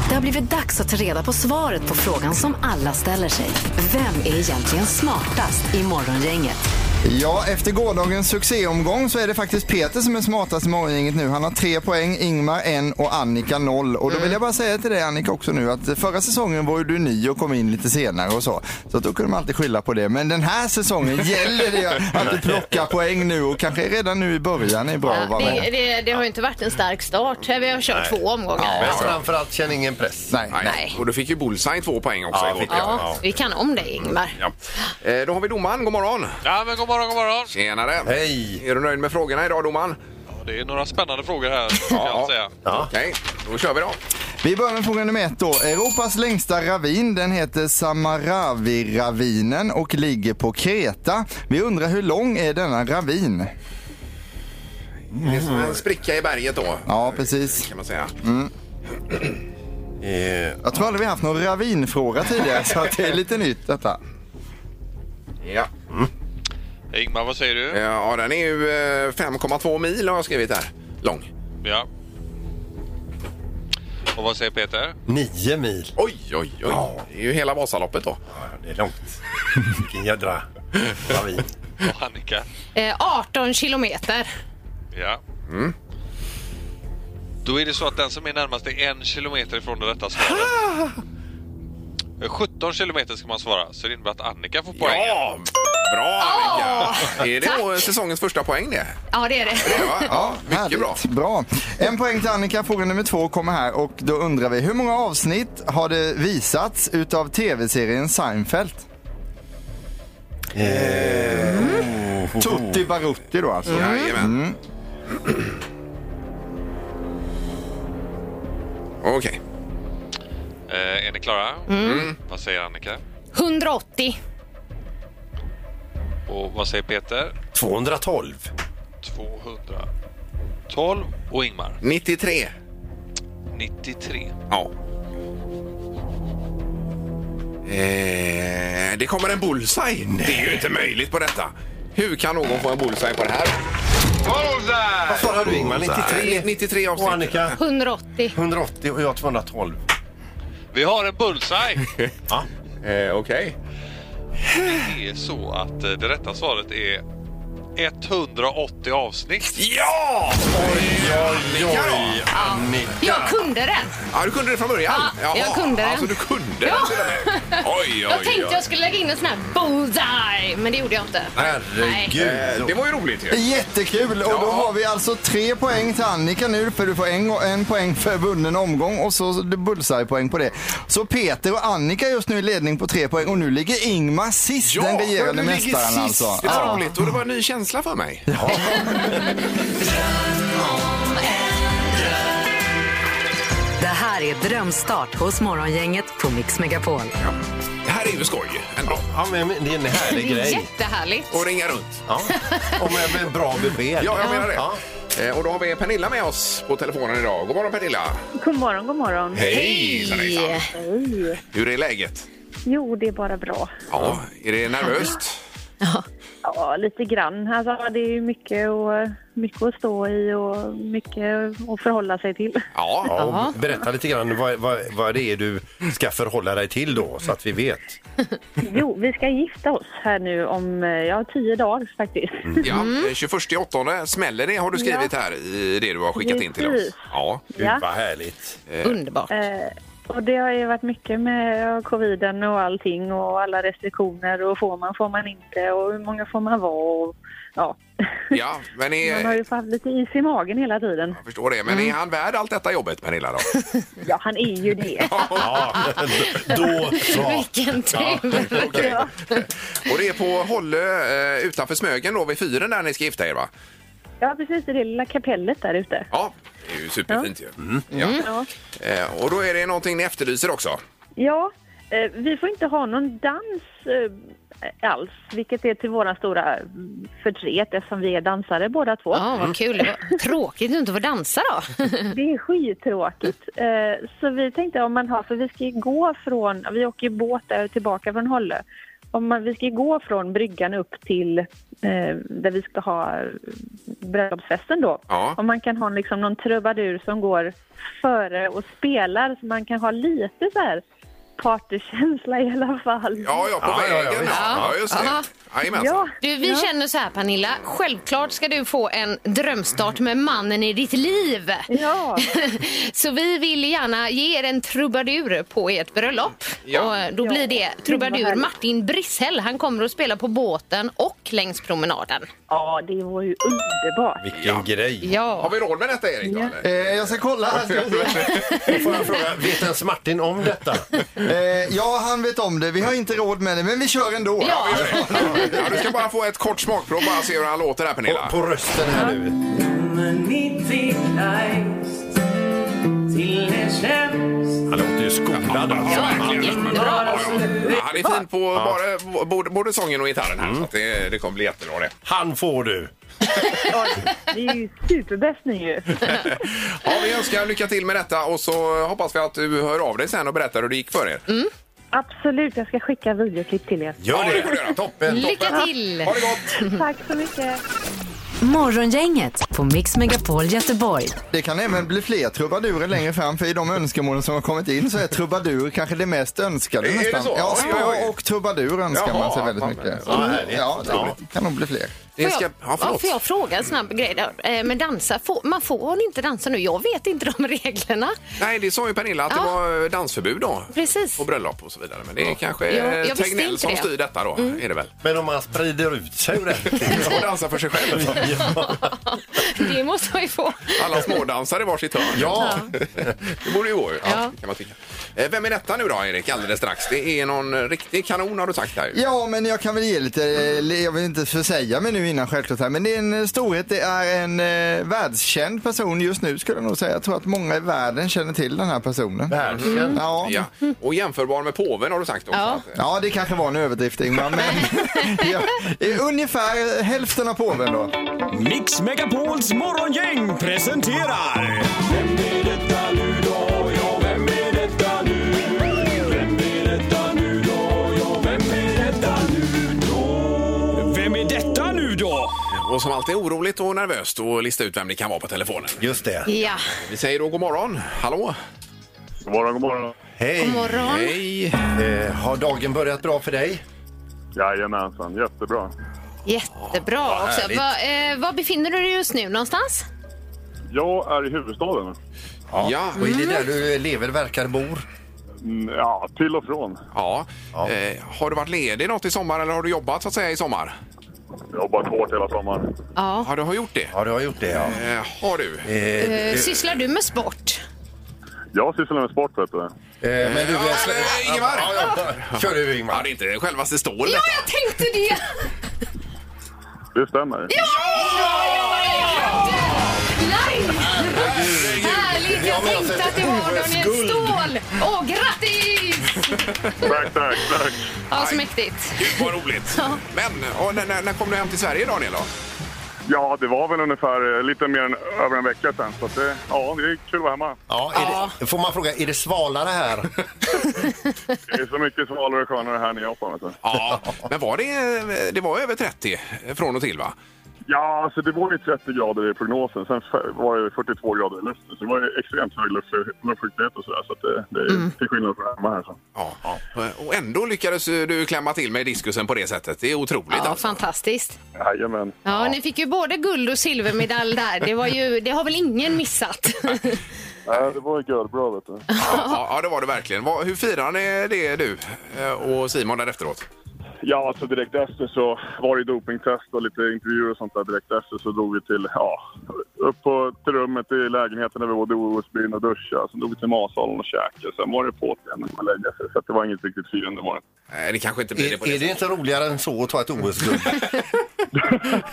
Speaker 3: Det har blivit dags att ta reda på svaret på frågan som alla ställer sig. Vem är egentligen smartast i Morgongänget?
Speaker 7: Ja, efter gårdagens succéomgång så är det faktiskt Peter som är smartast i morgongänget nu. Han har tre poäng, Ingmar en och Annika noll. Och då vill jag bara säga till dig Annika också nu att förra säsongen var ju du ny och kom in lite senare och så. Så att då kunde man alltid skylla på det. Men den här säsongen gäller det att du plockar poäng nu och kanske redan nu i början är bra att
Speaker 6: Ja,
Speaker 7: vara
Speaker 6: det,
Speaker 7: med.
Speaker 6: det, det har ju inte varit en stark start. Vi har kört två omgångar.
Speaker 5: Men framförallt känn ingen press.
Speaker 7: Nej.
Speaker 6: Nej.
Speaker 4: Och då fick ju Bullseye två poäng också.
Speaker 5: Ja,
Speaker 4: igår.
Speaker 5: fick jag.
Speaker 6: Ja, Vi kan om dig, Ingmar.
Speaker 4: Ja. Eh, Då har vi domaren. God morgon!
Speaker 8: Ja, men god morgon, god morgon.
Speaker 4: Tjenare!
Speaker 5: Hej!
Speaker 4: Är du nöjd med frågorna idag, domaren?
Speaker 8: Ja, Det är några spännande frågor här, ska jag säga.
Speaker 5: Ja.
Speaker 4: Okej, då kör vi då.
Speaker 7: Vi börjar med fråga nummer ett då. Europas längsta ravin, den heter Samaravi-ravinen och ligger på Kreta. Vi undrar hur lång är denna ravin?
Speaker 4: Det är som en Mm. spricka i berget då,
Speaker 7: Ja, precis.
Speaker 4: kan man säga.
Speaker 5: Eh,
Speaker 7: Jag tror aldrig vi haft någon ravinfråga tidigare så att det är lite nytt detta.
Speaker 4: Ja.
Speaker 8: Ingmar, vad säger
Speaker 4: Eh,
Speaker 8: du?
Speaker 4: Ja, den är ju eh, 5,2 mil har jag skrivit här. Lång.
Speaker 8: Ja. Och vad säger Peter?
Speaker 5: nio mil.
Speaker 4: Oj, oj, oj. Det är ju hela Vasaloppet då.
Speaker 5: Ja, det är långt. Vilken jädra ravin.
Speaker 8: Och Annika?
Speaker 6: Eh, 18 kilometer.
Speaker 8: Ja. Då är det så att den som är närmast är en kilometer ifrån det rätta svaret. 17 kilometer ska man svara, så det innebär att Annika får poäng.
Speaker 4: Ja! Bra Annika! Är det då säsongens första poäng det?
Speaker 6: Ja, det är det.
Speaker 4: Ja, ja mycket bra.
Speaker 7: Härligt, bra. En poäng till Annika. Fråga nummer två kommer här och då undrar vi hur många avsnitt har det visats utav tv-serien Seinfeld?
Speaker 4: Eh.
Speaker 7: Tutti Barutti då alltså.
Speaker 4: Jajamän. Okej.
Speaker 8: Eh, är ni klara? Mm. Vad säger Annika?
Speaker 6: 180.
Speaker 8: Och vad säger Peter?
Speaker 5: 212.
Speaker 8: 212. Och Ingmar?
Speaker 4: 93.
Speaker 8: 93.
Speaker 4: Ja. Eh, det kommer en bullseye. Det är ju inte möjligt på detta. Hur kan någon få en bullseye på det här?
Speaker 5: Vad svarar du Ingmar? 93?
Speaker 4: 93
Speaker 5: Och
Speaker 4: avsnitt.
Speaker 5: Annika?
Speaker 6: 180.
Speaker 5: 180 och jag 212.
Speaker 8: Vi har en bullseye!
Speaker 5: Ja.
Speaker 4: Eh, Okej.
Speaker 8: Det är så att eh, det rätta svaret är 180 avsnitt.
Speaker 4: Ja! Oj, oj, oj.
Speaker 6: Jag kunde den.
Speaker 4: Ja, du kunde det från början?
Speaker 6: Ja, jag kunde det.
Speaker 4: Alltså, du kunde
Speaker 6: Ja.
Speaker 4: det till och med. Oj, oj,
Speaker 6: Jag tänkte jag
Speaker 4: oj.
Speaker 6: skulle lägga in en sån här bullseye, men det gjorde jag inte.
Speaker 4: Eh, det
Speaker 5: Herregud.
Speaker 4: var ju roligt ju.
Speaker 7: Jättekul! Och då
Speaker 4: Ja.
Speaker 7: har vi alltså tre poäng till Annika nu för du får en, en poäng för vunnen omgång och så bullseye-poäng på det. Så Peter och Annika är just nu i ledning på tre poäng och nu ligger Ingmar sist, den regerande
Speaker 4: men du ligger
Speaker 7: mästaren
Speaker 4: sist.
Speaker 7: alltså.
Speaker 4: Det var roligt och det var en ny känsla för mig.
Speaker 3: Det här är Drömstart hos Morgongänget på Mix Megapol.
Speaker 4: Det här är ju skoj ändå.
Speaker 5: Ja, men men det är en
Speaker 6: Det
Speaker 5: härlig
Speaker 6: är
Speaker 5: grej.
Speaker 6: jättehärligt.
Speaker 4: Och ringa runt.
Speaker 5: Ja. Och med, med bra besked.
Speaker 4: Ja, jag menar det.
Speaker 5: Ja.
Speaker 4: Eh, Och då har vi Pernilla med oss på telefonen idag. God morgon Pernilla!
Speaker 2: God morgon, god morgon.
Speaker 4: Hejsan, hejsan! Hur är läget?
Speaker 2: Jo, det är bara bra.
Speaker 4: Ja, är det nervöst?
Speaker 2: Ja, lite grann. Alltså, det är ju mycket, och, mycket att stå i och mycket att förhålla sig till.
Speaker 4: Ja.
Speaker 5: Ja, och berätta lite grann vad, vad, vad det är du ska förhålla dig till då, så att vi vet.
Speaker 2: Jo, vi ska gifta oss här nu om eh, ja, tio dagar faktiskt.
Speaker 4: ja.
Speaker 2: Mm.
Speaker 4: eh, 21 åttonde smäller det har du skrivit här i det du har skickat in till oss.
Speaker 2: Precis.
Speaker 4: Ja.
Speaker 5: Gud,
Speaker 2: Ja.
Speaker 5: vad härligt.
Speaker 6: Underbart.
Speaker 2: Eh, och det har ju varit mycket med ja, coviden och allting och alla restriktioner och får man, får man inte och hur många får man vara och ja.
Speaker 4: ja, men
Speaker 2: Man har
Speaker 4: är,
Speaker 2: ju Mm. haft lite is i magen hela tiden.
Speaker 4: jag förstår det. Men är han värd allt detta jobbet Pernilla då?
Speaker 2: Ja, han är ju det.
Speaker 5: Ja, Eh, då så.
Speaker 6: Vilken tur.
Speaker 4: Okej. Och det är på Hållö eh, utanför Smögen då vid fyren där ni ska gifta er va?
Speaker 2: Ja, precis i det lilla kapellet där ute.
Speaker 4: Ja, det är ju superfint ju. Ja.
Speaker 2: Ja.
Speaker 4: Eh, Och då är det någonting ni efterlyser också?
Speaker 2: Ja, eh, vi får inte ha någon dans eh, alls, vilket är till våra stora mm, förtret eftersom vi är dansare båda två.
Speaker 6: Ja, vad kul. Det var Tråkigt att inte få dansa då.
Speaker 2: Det är skittråkigt. Eh, Så vi tänkte om man har, för vi ska ju gå från, vi åker ju båt där tillbaka från Hållö. Om man, vi ska ju gå från bryggan upp till eh, där vi ska ha eh, bröllopsfesten då.
Speaker 4: Ja.
Speaker 2: Om man kan ha liksom någon trubadur som går före och spelar så man kan ha lite så här partykänsla i alla fall.
Speaker 4: Ja, ja, på
Speaker 5: Ja, ja, ja,
Speaker 4: vägen.
Speaker 5: visst.
Speaker 4: Ja, just det.
Speaker 6: Ja.
Speaker 4: Jajamensan.
Speaker 2: Ja,
Speaker 6: Du, vi känner så här Pernilla. Självklart ska du få en drömstart med mannen i ditt liv.
Speaker 2: ja.
Speaker 6: Så vi vill gärna ge er en trubadur på ert bröllop.
Speaker 4: Ja.
Speaker 6: Och då blir det trubadur Martin Brissell. Han kommer att spela på båten och längs promenaden.
Speaker 2: ja det var ju underbart.
Speaker 5: Vilken grej.
Speaker 4: Har
Speaker 6: Ja.
Speaker 4: vi råd med detta, Erik? Då, eller?
Speaker 7: Eh, jag ska kolla här. Ska jag se.
Speaker 5: Får jag fråga, vet ens Martin om detta?
Speaker 7: Eh, ja, han vet om det. Vi har inte råd med det, men vi kör ändå.
Speaker 6: Ja.
Speaker 4: Ja, du ska bara få ett kort smakprov bara se hur han låter där, Pernilla.
Speaker 5: På, på rösten här nu. Han låter ju skolad alltså.
Speaker 4: Ja, ja. Ja, Han är fin på bara, både, både sången och gitarren här,
Speaker 5: Mm.
Speaker 4: så att det, det kommer bli jättebra det.
Speaker 5: Han får du.
Speaker 2: Det är ju superbäst ni ju.
Speaker 4: Ja, vi önskar lycka till med detta och så hoppas vi att du hör av dig sen och berättar hur det gick för er.
Speaker 2: Absolut, jag ska skicka videoklipp till er.
Speaker 5: Gör
Speaker 4: Ja, det
Speaker 5: det.
Speaker 4: får du göra.
Speaker 5: Toppen.
Speaker 6: Lycka till!
Speaker 4: Ha det gott!
Speaker 6: Mm.
Speaker 2: Tack så mycket.
Speaker 3: Morgongänget på Mix Megapol Göteborg.
Speaker 7: Det kan även bli fler trubadurer längre fram för i de önskemålen som har kommit in så är trubadur kanske det mest önskade.
Speaker 4: Är det
Speaker 7: nästan.
Speaker 4: så?
Speaker 7: Ja,
Speaker 4: Oj, oj, oj.
Speaker 7: spår och trubadur önskar
Speaker 4: Jaha,
Speaker 7: man sig väldigt
Speaker 4: ja, men-
Speaker 7: mycket.
Speaker 5: ja, härligt.
Speaker 7: ja, det
Speaker 5: Ja.
Speaker 7: kan nog bli fler.
Speaker 4: Det
Speaker 6: Får
Speaker 4: ska,
Speaker 6: jag,
Speaker 4: ja, förlåt.
Speaker 6: får jag fråga en snabb grej? Där? Eh, Men dansa, får, man får inte dansa nu. Jag vet inte de reglerna.
Speaker 4: Nej, det sa ju Pernilla att det
Speaker 6: Ja.
Speaker 4: var eh, dansförbud då.
Speaker 6: Precis.
Speaker 4: På bröllop och så vidare. Men det är kanske
Speaker 6: Jag- jag
Speaker 4: eh,
Speaker 6: visste
Speaker 4: Tegnell
Speaker 6: inte
Speaker 4: som
Speaker 6: det. Mm.
Speaker 4: styr detta då, är det väl?
Speaker 5: Men om man sprider ut sig ordentligt.
Speaker 4: Och dansar för sig själv.
Speaker 5: ja.
Speaker 6: Det måste man ju få.
Speaker 4: Alla smådansar i varsitt hörn.
Speaker 5: Ja.
Speaker 4: Det borde ju gå. ju. Ja,
Speaker 6: Ja.
Speaker 4: kan man tycka. Eh, Vem är detta nu då, Erik, alldeles strax? Det är någon eh, riktig kanon har du sagt här. ju.
Speaker 7: Ja, men jag kan väl ge lite, eh, jag vill inte försäga mig nu innan självklart här, men det är en eh, storhet, det är en eh, världskänd person just nu skulle jag nog säga. Jag tror att många i världen känner till den här personen.
Speaker 5: Världskänd.
Speaker 7: Ja.
Speaker 4: Ja. Och jämförbar med påven har du sagt också.
Speaker 6: Ja.
Speaker 4: Att, eh,
Speaker 7: Ja, det kanske var en överdrift Ingmar, men ja, eh, ungefär hälften av påven då.
Speaker 10: Mix Megapols morgongäng presenterar... Vem är detta nu då? Ja, vem är detta nu? Vem är detta nu då? Ja, vem är detta nu då? Vem är detta nu då?
Speaker 4: eh, Och som alltid oroligt och nervöst att lista ut vem det kan vara på telefonen.
Speaker 5: Just det.
Speaker 6: Ja,
Speaker 4: Vi säger då god morgon. Hallå?
Speaker 9: God morgon, god morgon.
Speaker 5: Hej.
Speaker 6: god morgon.
Speaker 4: Hej.
Speaker 5: Eh, har dagen börjat bra för dig?
Speaker 9: Jajamensan, jättebra.
Speaker 6: Jättebra också.
Speaker 5: härligt.
Speaker 6: Va, eh, var befinner du dig just nu någonstans?
Speaker 9: Jag är i huvudstaden.
Speaker 4: Ja. Ja.
Speaker 5: Och är det där du lever, verkar, bor?
Speaker 9: Mm, ja, till och från.
Speaker 4: Eh, har du varit ledig något i sommar eller har du jobbat så att säga i sommar?
Speaker 9: Jag har jobbat hårt hela sommaren.
Speaker 6: Ja.
Speaker 4: Ja, du har gjort det.
Speaker 5: Ja, du har gjort det. Ja.
Speaker 4: Eh, har du?
Speaker 5: Eh,
Speaker 6: Eh, Sysslar du med sport?
Speaker 9: Jag sysslar med sport, vet du.
Speaker 5: eh, men du...
Speaker 4: Ja, eller, Ingemar?
Speaker 5: Ja, ja. Kör du,
Speaker 4: Ja, det
Speaker 5: Ingmar.
Speaker 4: är inte självaste stål
Speaker 6: Ja,
Speaker 4: detta.
Speaker 6: jag tänkte det!
Speaker 9: Det stämmer.
Speaker 6: Live! Härligt! Jag
Speaker 5: men alltså,
Speaker 6: tänkte att det var Daniel
Speaker 5: OS-guld.
Speaker 6: Ståhl. Åh, grattis!
Speaker 9: Tack, tack, tack.
Speaker 6: Ja, så mäktigt.
Speaker 4: Gud, vad roligt. Men ja, när, när, när kom du hem till Sverige, Daniel? Då?
Speaker 9: Ja, det var väl ungefär eh, lite mer än över en vecka sedan. Så att det, ja, det är kul att vara hemma.
Speaker 5: Ja, är det, får man fråga, är det svalare här?
Speaker 9: Det är så mycket svalare och skönare här nere i Japan. Vet du.
Speaker 4: Ja, men var det, det var över 30 från och till, va?
Speaker 9: Ja, alltså det var ju 30 grader i prognosen. Sen f- var det 42 grader i luften. Så det var ju extremt hög luft- luftfuktighet och sådär. Så att det, det är till skillnad från hemma här. Så.
Speaker 4: Ja. Eh, Och ändå lyckades du klämma till med diskusen på det sättet. Det är otroligt.
Speaker 6: Ja,
Speaker 4: alltså.
Speaker 6: fantastiskt.
Speaker 9: Jajamän.
Speaker 6: Ja, ni fick ju både guld och silvermedalj där. Det, var ju, det har väl ingen missat?
Speaker 9: Ja, det var ju görbröd vet du.
Speaker 4: ja, ja, det var det verkligen. Vad- Hur firar ni det, du eh, och Simon, där efteråt?
Speaker 9: Ja, alltså direkt efter så var det dopingtest och lite intervjuer och sånt där direkt efter. Så drog vi till, ja, upp på, till rummet i lägenheten där vi bodde i OS-byn och duschade. Sen drog vi till matsalen och käkade. Sen var det på igen när man lägger sig. Så att det var inget riktigt firande var det.
Speaker 4: Nej, Eh, det kanske inte blir det på
Speaker 5: Är,
Speaker 4: det
Speaker 5: är det
Speaker 4: sättet.
Speaker 5: inte roligare än så att ta ett OS-guld?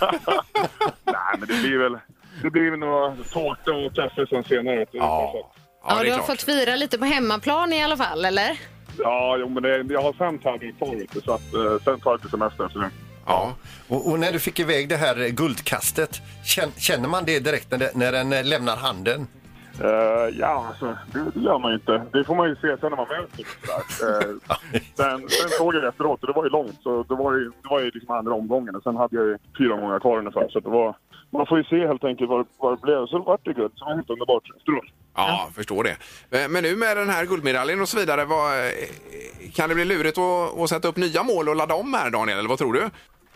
Speaker 9: Nej, men det blir väl... Det blir väl några tårta och kaffe sen senare. vet du.
Speaker 4: Ja, ja
Speaker 6: Ja,
Speaker 4: det
Speaker 6: du
Speaker 4: är
Speaker 6: har
Speaker 4: klart.
Speaker 6: fått fira lite på hemmaplan i alla fall, eller?
Speaker 9: Ja, jo, men det, jag har fem tävlingar kvar vet du, så att, eh, sen tar jag lite semester efter det.
Speaker 4: Ja.
Speaker 5: Och, och när du fick iväg det här eh, guldkastet, kän- känner man det direkt när, det, när den eh, lämnar handen?
Speaker 9: Eh, ja, alltså, det, det gör man ju inte. Det får man ju se sen när man möter uh, Sen, sen såg jag efteråt och det var ju långt så det var ju, det var ju liksom andra omgången och sen hade jag ju fyra omgångar kvar ungefär så att det var... Man får ju se helt enkelt vad, vad det blev. Så vart det guld. Så det var helt underbart efteråt.
Speaker 4: Ja, förstår det. Eh, Men nu med den här guldmedaljen och så vidare, vad, eh, kan det bli lurigt att, att sätta upp nya mål och ladda om här, Daniel? Eller vad tror du?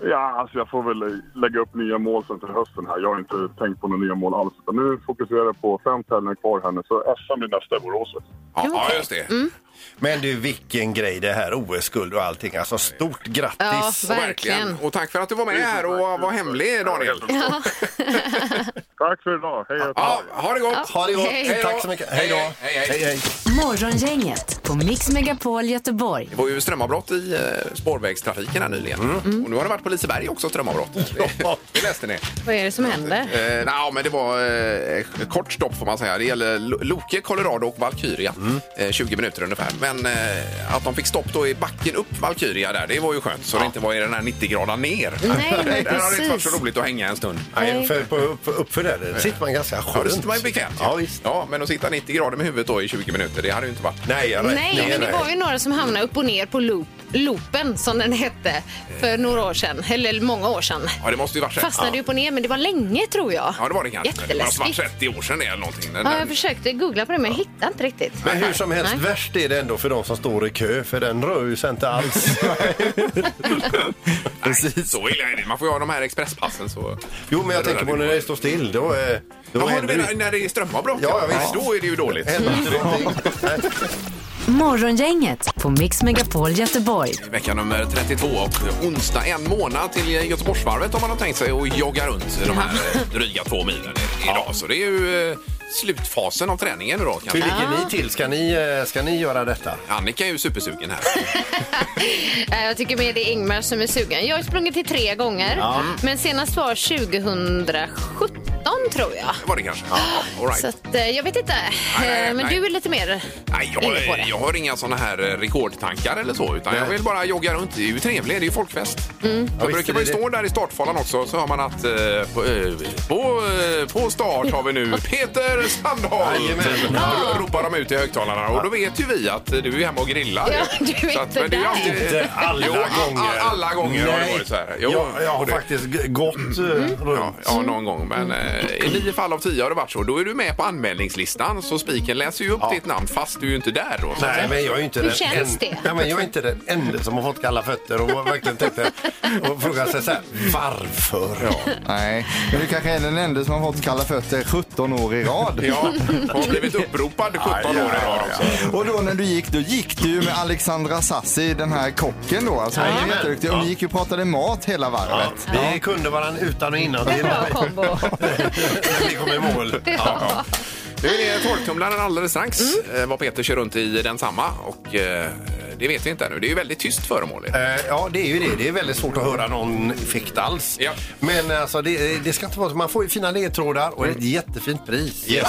Speaker 9: Ja, alltså jag får väl lägga upp nya mål sen till hösten här. Jag har inte tänkt på några nya mål alls. Utan nu fokuserar jag på fem tävlingar kvar här nu. Så SM blir nästa i Borås.
Speaker 4: Ja, ja just det.
Speaker 5: Men du, vilken grej det här OS-guld och allting. Alltså, stort
Speaker 6: Ja,
Speaker 5: grattis!
Speaker 6: verkligen.
Speaker 4: Och tack för att du var med här och var hemlig, Daniel.
Speaker 9: Tack för idag. Hej då.
Speaker 4: Ja, ha det gott!
Speaker 5: Ha det gott!
Speaker 6: Hej då.
Speaker 5: Tack så mycket! Hej då!
Speaker 4: Hej, hej, hej.
Speaker 3: Morgongänget på Mix Megapol Göteborg.
Speaker 4: Det var ju strömavbrott i eh, spårvägstrafiken här nyligen.
Speaker 5: Mm.
Speaker 4: Och nu har det varit på Liseberg också strömavbrott. Det, det läste ni.
Speaker 6: Vad är det som händer?
Speaker 4: Eh, nej, men det var eh, kort stopp får man säga. Det gäller Lo- Loke, Colorado och Valkyria.
Speaker 5: Mm.
Speaker 4: Eh, 20 minuter ungefär. Men eh, att de fick stopp då i backen upp Valkyria där, det var ju skönt. Så det inte var i den här 90 grader ner.
Speaker 6: Nej, men
Speaker 4: där har det inte varit
Speaker 6: precis.
Speaker 4: så roligt att hänga en stund.
Speaker 5: Nej, för, på, upp, uppför där eh, sitter man ganska
Speaker 4: Ja,
Speaker 5: skönt.
Speaker 4: det sitter man ju bekvämt. ju.
Speaker 5: Ja, visst.
Speaker 4: ja, men att sitta 90 grader med huvudet då i 20 minuter, det hade ju inte varit.
Speaker 5: Nej, jag rätt
Speaker 6: Nej,
Speaker 5: ner
Speaker 6: men det
Speaker 5: dig.
Speaker 6: var ju några som hamnade upp och ner på loop, loopen som den hette för några år sedan, eller många år sedan.
Speaker 4: Ja, det måste ju varit
Speaker 6: Fastnade ju upp och ner, men det var länge tror jag.
Speaker 4: Ja, det var det kanske. Det måste
Speaker 6: Jätteläskigt.
Speaker 4: vara 30 år sedan det eller någonting. Den
Speaker 6: Ja,
Speaker 4: där-
Speaker 6: jag försökte googla på det, men jag hittade inte riktigt.
Speaker 5: Men hur som helst,
Speaker 6: Nej.
Speaker 5: värst är det ändå för de som står i kö, för den rör ju sig inte alls.
Speaker 7: Precis.
Speaker 4: Så illa är det. Man får ju ha de här expresspassen så...
Speaker 5: Jo, men jag tänker på när det står still. Då, eh, då
Speaker 4: Jaha, du
Speaker 5: händer ju-
Speaker 4: menar när det är strömavbrott?
Speaker 5: Ja, ja, visst.
Speaker 4: Då är det ju dåligt.
Speaker 5: händer inte någonting. Nej.
Speaker 3: Morgongänget på Mix Megapol Göteborg.
Speaker 4: Vecka nummer 32 och onsdag en månad till Göteborgsvarvet om man har tänkt sig att jogga runt de här eh, dryga två milen i- idag. Så det är ju eh, slutfasen av träningen idag kanske.
Speaker 5: Hur ligger ni till? Ska ni, eh, ska ni göra detta?
Speaker 4: Annika är ju supersugen här.
Speaker 6: Eh, Jag tycker mer det är Ingmar som är sugen. Jag har sprungit till tre gånger, men senast var 2017 tror jag.
Speaker 4: Var det kanske? Ja, all right.
Speaker 6: Så att, eh, jag vet inte.
Speaker 4: nej,
Speaker 6: Eh, men
Speaker 4: nej.
Speaker 6: du är lite mer
Speaker 4: Nej,
Speaker 6: inne på det.
Speaker 4: jag, jag har inga såna här eh, rekordtankar eller så, utan jag
Speaker 5: Nej.
Speaker 4: vill bara jogga runt. Det är ju trevligt, det är ju folkfest.
Speaker 6: Mm.
Speaker 5: Ja,
Speaker 4: Då
Speaker 5: visst
Speaker 4: brukar
Speaker 5: är
Speaker 4: man ju
Speaker 5: det
Speaker 4: stå där i startfållan också, så hör man att eh, på, eh, på, eh, på start har vi nu Peter Sandholm.
Speaker 5: Jajamän.
Speaker 4: Då ropar de ut i högtalarna och då vet ju vi att eh, du är hemma och grillar.
Speaker 6: Ja, du är
Speaker 4: Så
Speaker 6: inte
Speaker 4: men det är ju
Speaker 6: där.
Speaker 4: alltid-
Speaker 5: Inte alla
Speaker 4: Jo, a- a-
Speaker 5: gånger.
Speaker 4: alla gånger har det varit så här. Jo,
Speaker 5: jag, jag har
Speaker 4: det-
Speaker 5: faktiskt g- gått eh,
Speaker 4: Ja,
Speaker 5: runt.
Speaker 6: Mm.
Speaker 4: ja, någon gång. Men eh, i nio fall av tio har det varit så. Då är du med på anmälningslistan, så spiken läser ju upp ditt namn fast du är ju inte där då. Så att
Speaker 5: Nej, men jag är ju inte
Speaker 6: Hur
Speaker 5: den
Speaker 6: känns
Speaker 5: en-
Speaker 6: det?
Speaker 5: Ja, men jag är inte den enda som har fått kalla fötter och verkligen tänkte och frågar sig så här, varför?
Speaker 7: Nej, men du kanske är den enda som har fått kalla fötter 17 år i rad.
Speaker 4: Ja, har blivit uppropad 17 år i rad också.
Speaker 7: Och då när du gick, då gick du ju med Alexandra Sassi, den här kocken då. Alltså hon är
Speaker 5: Jajamän.
Speaker 7: jätteduktig. Och ni gick ju och pratade mat hela
Speaker 5: Ja,
Speaker 7: varvet.
Speaker 5: vi kunde varandra utan och innan
Speaker 6: Det är en bra kombo.
Speaker 5: när vi kom i mål.
Speaker 6: Ja.
Speaker 4: Nu är det torktumlaren alldeles strax, eh, vad Peter kör runt i densamma. Och eh, det vet vi inte ännu. Det är ju väldigt tyst föremål.
Speaker 5: Eh, Ja, det är ju det. Det är väldigt svårt att höra någon effekt alls.
Speaker 4: Ja.
Speaker 5: Men alltså, det, det ska inte vara så. Man får ju fina ledtrådar och ett jättefint pris.
Speaker 4: Yes.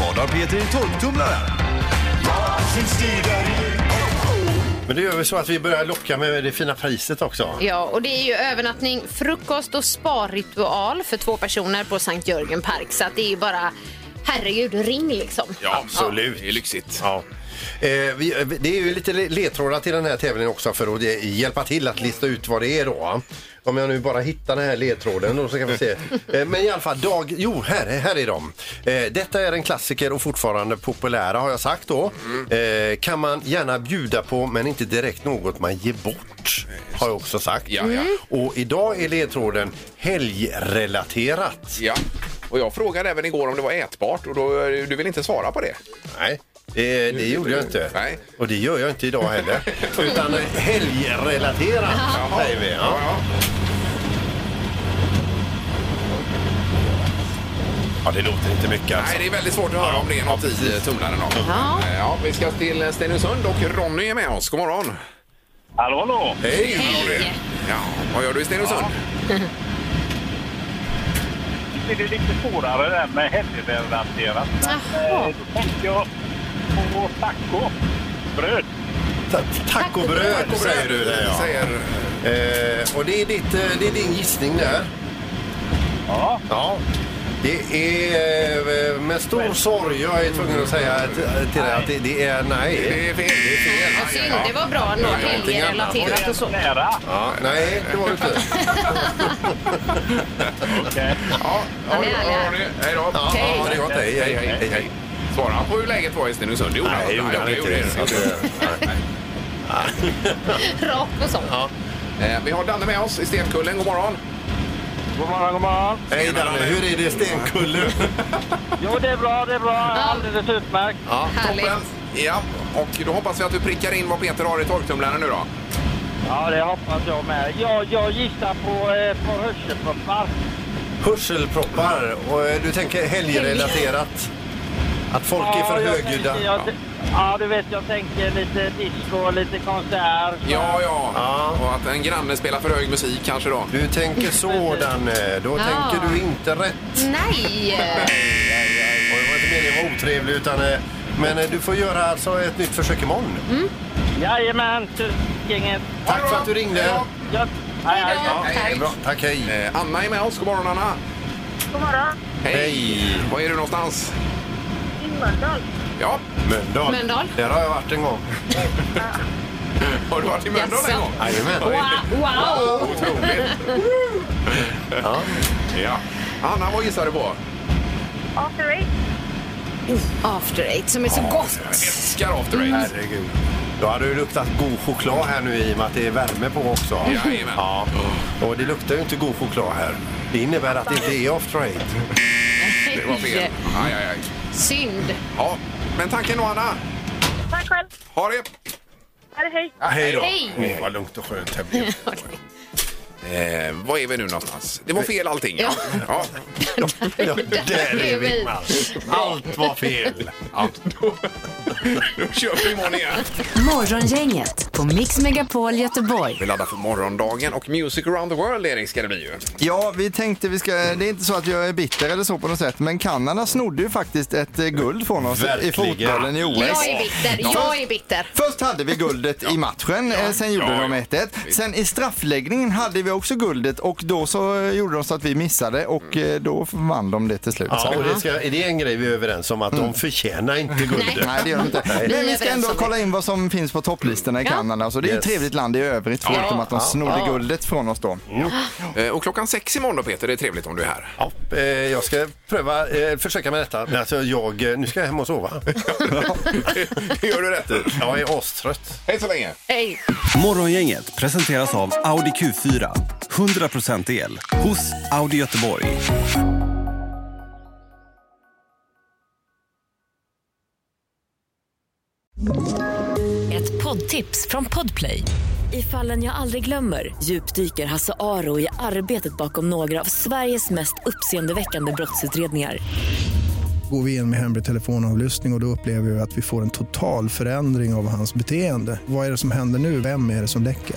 Speaker 11: Vad har Peter i torktumlaren?
Speaker 5: Men det gör vi så att vi börjar locka med det fina priset också.
Speaker 6: Ja, och det är ju övernattning, frukost och sparritual för två personer på Sankt Jörgen Park. Så att det är ju bara, herregud, ring liksom.
Speaker 4: Ja,
Speaker 5: absolut.
Speaker 4: Det är lyxigt.
Speaker 5: Ja. Eh, vi, eh, det är ju lite le- ledtrådar till den här tävlingen också för att eh, hjälpa till att lista ut vad det är då. Om jag nu bara hittar den här ledtråden då så kan vi se. Eh, men i alla fall, dag, jo här, här är de. Eh, detta är en klassiker och fortfarande populära har jag sagt då.
Speaker 4: Mm.
Speaker 5: Eh, kan man gärna bjuda på men inte direkt något man ger bort. Har jag också sagt.
Speaker 4: Ja, ja. Mm.
Speaker 5: Och idag är ledtråden helgrelaterat.
Speaker 4: Ja. Och jag frågade även igår om det var ätbart och då, eh, du vill inte svara på det.
Speaker 5: Nej, det, det gjorde jag inte.
Speaker 4: Nej.
Speaker 5: Och det gör jag inte idag heller. Utan helgrelaterat säger vi. Ja. ja, det låter inte mycket alltså.
Speaker 4: Nej, det är väldigt svårt att höra om det är något i tumlaren. då.
Speaker 6: Ja.
Speaker 4: Eh, Ja, vi ska till Stenungsund och Ronny är med oss. God morgon!
Speaker 10: Hallå, hallå!
Speaker 4: Hej! Ja, vad gör du i Stenungsund?
Speaker 10: Nu blir det lite svårare där med helgrelaterat.
Speaker 6: Jaha.
Speaker 10: Då tänkte jag på taco. Bröd.
Speaker 5: Ta- Tacobröd säger du där ja.
Speaker 4: Säger,
Speaker 5: Eh, och det är, ditt, eh, det är din gissning där.
Speaker 10: Ja.
Speaker 5: Ja. Det är eh, med stor sorg jag är tvungen att säga till- till dig att det, det är nej.
Speaker 4: det är fel. Det är fel.
Speaker 6: Vad synd, det var bra. Något helgrelaterat och så.
Speaker 10: Nära.
Speaker 5: Ja, nej, det var det inte.
Speaker 10: Okej.
Speaker 4: Ja, ja,
Speaker 6: Han är
Speaker 4: ja,
Speaker 6: ärlig.
Speaker 4: Ronny, hej då!
Speaker 5: Ja,
Speaker 6: Hej.
Speaker 5: ja, det är gott. Hej, hej, hej. hej.
Speaker 4: Svarade han på hur läget var i Stenungsund? Det gjorde
Speaker 5: Nej, det gjorde han
Speaker 4: det
Speaker 5: inte. Alltså,
Speaker 4: det inte.
Speaker 6: Rak och sånt.
Speaker 4: Eh, Vi har Danne med oss i Stenkullen. God morgon!
Speaker 10: God morgon, god morgon.
Speaker 5: Hej Danne, hur är det i Stenkullen?
Speaker 10: Jo, det är bra, det är bra. Alldeles utmärkt.
Speaker 4: Ja,
Speaker 6: Härligt.
Speaker 4: toppen! Ja, och då hoppas vi att du prickar in vad Peter har i torktumlaren nu då.
Speaker 10: Ja, det hoppas jag med. Jag, jag gissar på eh, på hörselproppar.
Speaker 5: Hörselproppar och eh, du tänker helgrelaterat? Att folk är för
Speaker 10: jag
Speaker 5: högljudda?
Speaker 10: tänker-
Speaker 5: Ja.
Speaker 10: jag t- Ja, du vet, jag tänker lite disco, lite konsert.
Speaker 4: Ja, ja,
Speaker 5: Ja.
Speaker 4: Och att en granne spelar för hög musik kanske då.
Speaker 5: Du tänker så Danne, då
Speaker 6: Ja.
Speaker 5: tänker du inte rätt.
Speaker 6: Nej! eh,
Speaker 5: Och det var inte meningen att vara otrevlig utan eh, men eh, du får göra alltså ett nytt försök imorgon.
Speaker 6: Mm.
Speaker 10: Jajamän, tusinget.
Speaker 4: Ha det
Speaker 5: Tack för
Speaker 4: bra.
Speaker 5: att du ringde.
Speaker 4: Hej då.
Speaker 10: Ja, hej, hej.
Speaker 5: Ja, det är bra. Tack hej.
Speaker 4: Eh, Anna är med oss. God morgon Anna!
Speaker 2: God morgon.
Speaker 4: Hej! Var är du någonstans?
Speaker 2: I Mölndal.
Speaker 4: Ja,
Speaker 5: Mölndal.
Speaker 6: Mölndal.
Speaker 5: Där har jag varit en gång.
Speaker 4: har du varit i Mölndal en
Speaker 6: Jaså?
Speaker 4: gång?
Speaker 5: Jajamän.
Speaker 6: Wow! wow.
Speaker 4: Otroligt! ja. Anna, vad gissar du på?
Speaker 2: After Eight.
Speaker 6: After Eight som är så gott.
Speaker 4: Älskar After Eight.
Speaker 5: Herregud. Då hade du luktat god choklad här nu i och med att det är värme på också.
Speaker 4: Jajamän.
Speaker 5: Ja. Och det luktar ju inte god choklad här. Det innebär att det inte är off trade.
Speaker 4: Det var fel. Aj, aj, aj.
Speaker 6: Synd.
Speaker 4: Ja, men tacken och Anna.
Speaker 2: Tack själv.
Speaker 4: Ha det!
Speaker 2: Ha det, hej.
Speaker 5: Ja, hej då.
Speaker 6: Hej.
Speaker 5: Åh, vad lugnt och skönt här blev.
Speaker 4: Eh, var är vi nu någonstans? Det var fel allting.
Speaker 6: Ja.
Speaker 4: Ja.
Speaker 5: Ja, där
Speaker 6: är
Speaker 5: är
Speaker 6: vi.
Speaker 5: Wickman. Allt var fel.
Speaker 4: Ja. Då, då kör vi imorgon igen.
Speaker 3: Morgongänget på Mix Megapol Göteborg.
Speaker 4: Vi laddar för morgondagen och Music around the world, Erik, ska det bli ju.
Speaker 7: Ja, vi tänkte vi ska, det är inte så att jag är bitter eller så på något sätt, men Kanada snodde ju faktiskt ett eh, guld från oss i
Speaker 5: Verkligen.
Speaker 7: fotbollen i OS.
Speaker 6: Jag är bitter. Jag är bitter.
Speaker 7: Först hade vi guldet i matchen, eh, sen gjorde
Speaker 4: Ja,
Speaker 7: de
Speaker 4: ja.
Speaker 7: 1-1. Sen i straffläggningen hade vi också guldet och då så eh, gjorde de så att vi missade och eh, då vann de det till slut. Så-
Speaker 5: Ja, och det, ska, är det en grej vi är överens om? Att de förtjänar inte guldet.
Speaker 7: Nej, det gör de inte.
Speaker 5: Nej.
Speaker 7: Men vi
Speaker 6: överens
Speaker 7: ska ändå
Speaker 6: om det.
Speaker 7: kolla in vad som finns på topplistorna i
Speaker 6: Ja.
Speaker 7: Kanada. Så det är ju ett
Speaker 5: Yes.
Speaker 7: trevligt land i övrigt, förutom att de snodde guldet från oss då.
Speaker 4: Eh, Och klockan sex imorgon då, Peter. Det är trevligt om du är här.
Speaker 5: Ja, eh, jag ska pröva, eh, försöka med detta. Men Alltså, jag, eh, nu ska jag hem och sova.
Speaker 4: Det gör du rätt i.
Speaker 5: Jag är astrött.
Speaker 4: Hej så länge!
Speaker 6: Hej.
Speaker 11: Morgongänget presenteras av Audi Q4. 100% el hos Audi Göteborg.
Speaker 12: Ett poddtips från Podplay. I fallen jag aldrig glömmer djupdyker Hasse Aro i arbetet bakom några av Sveriges mest uppseendeväckande brottsutredningar.
Speaker 13: Går vi in med hemlig telefonavlyssning och, och då upplever vi att vi får en total förändring av hans beteende. Vad är det som händer nu? Vem är det som läcker?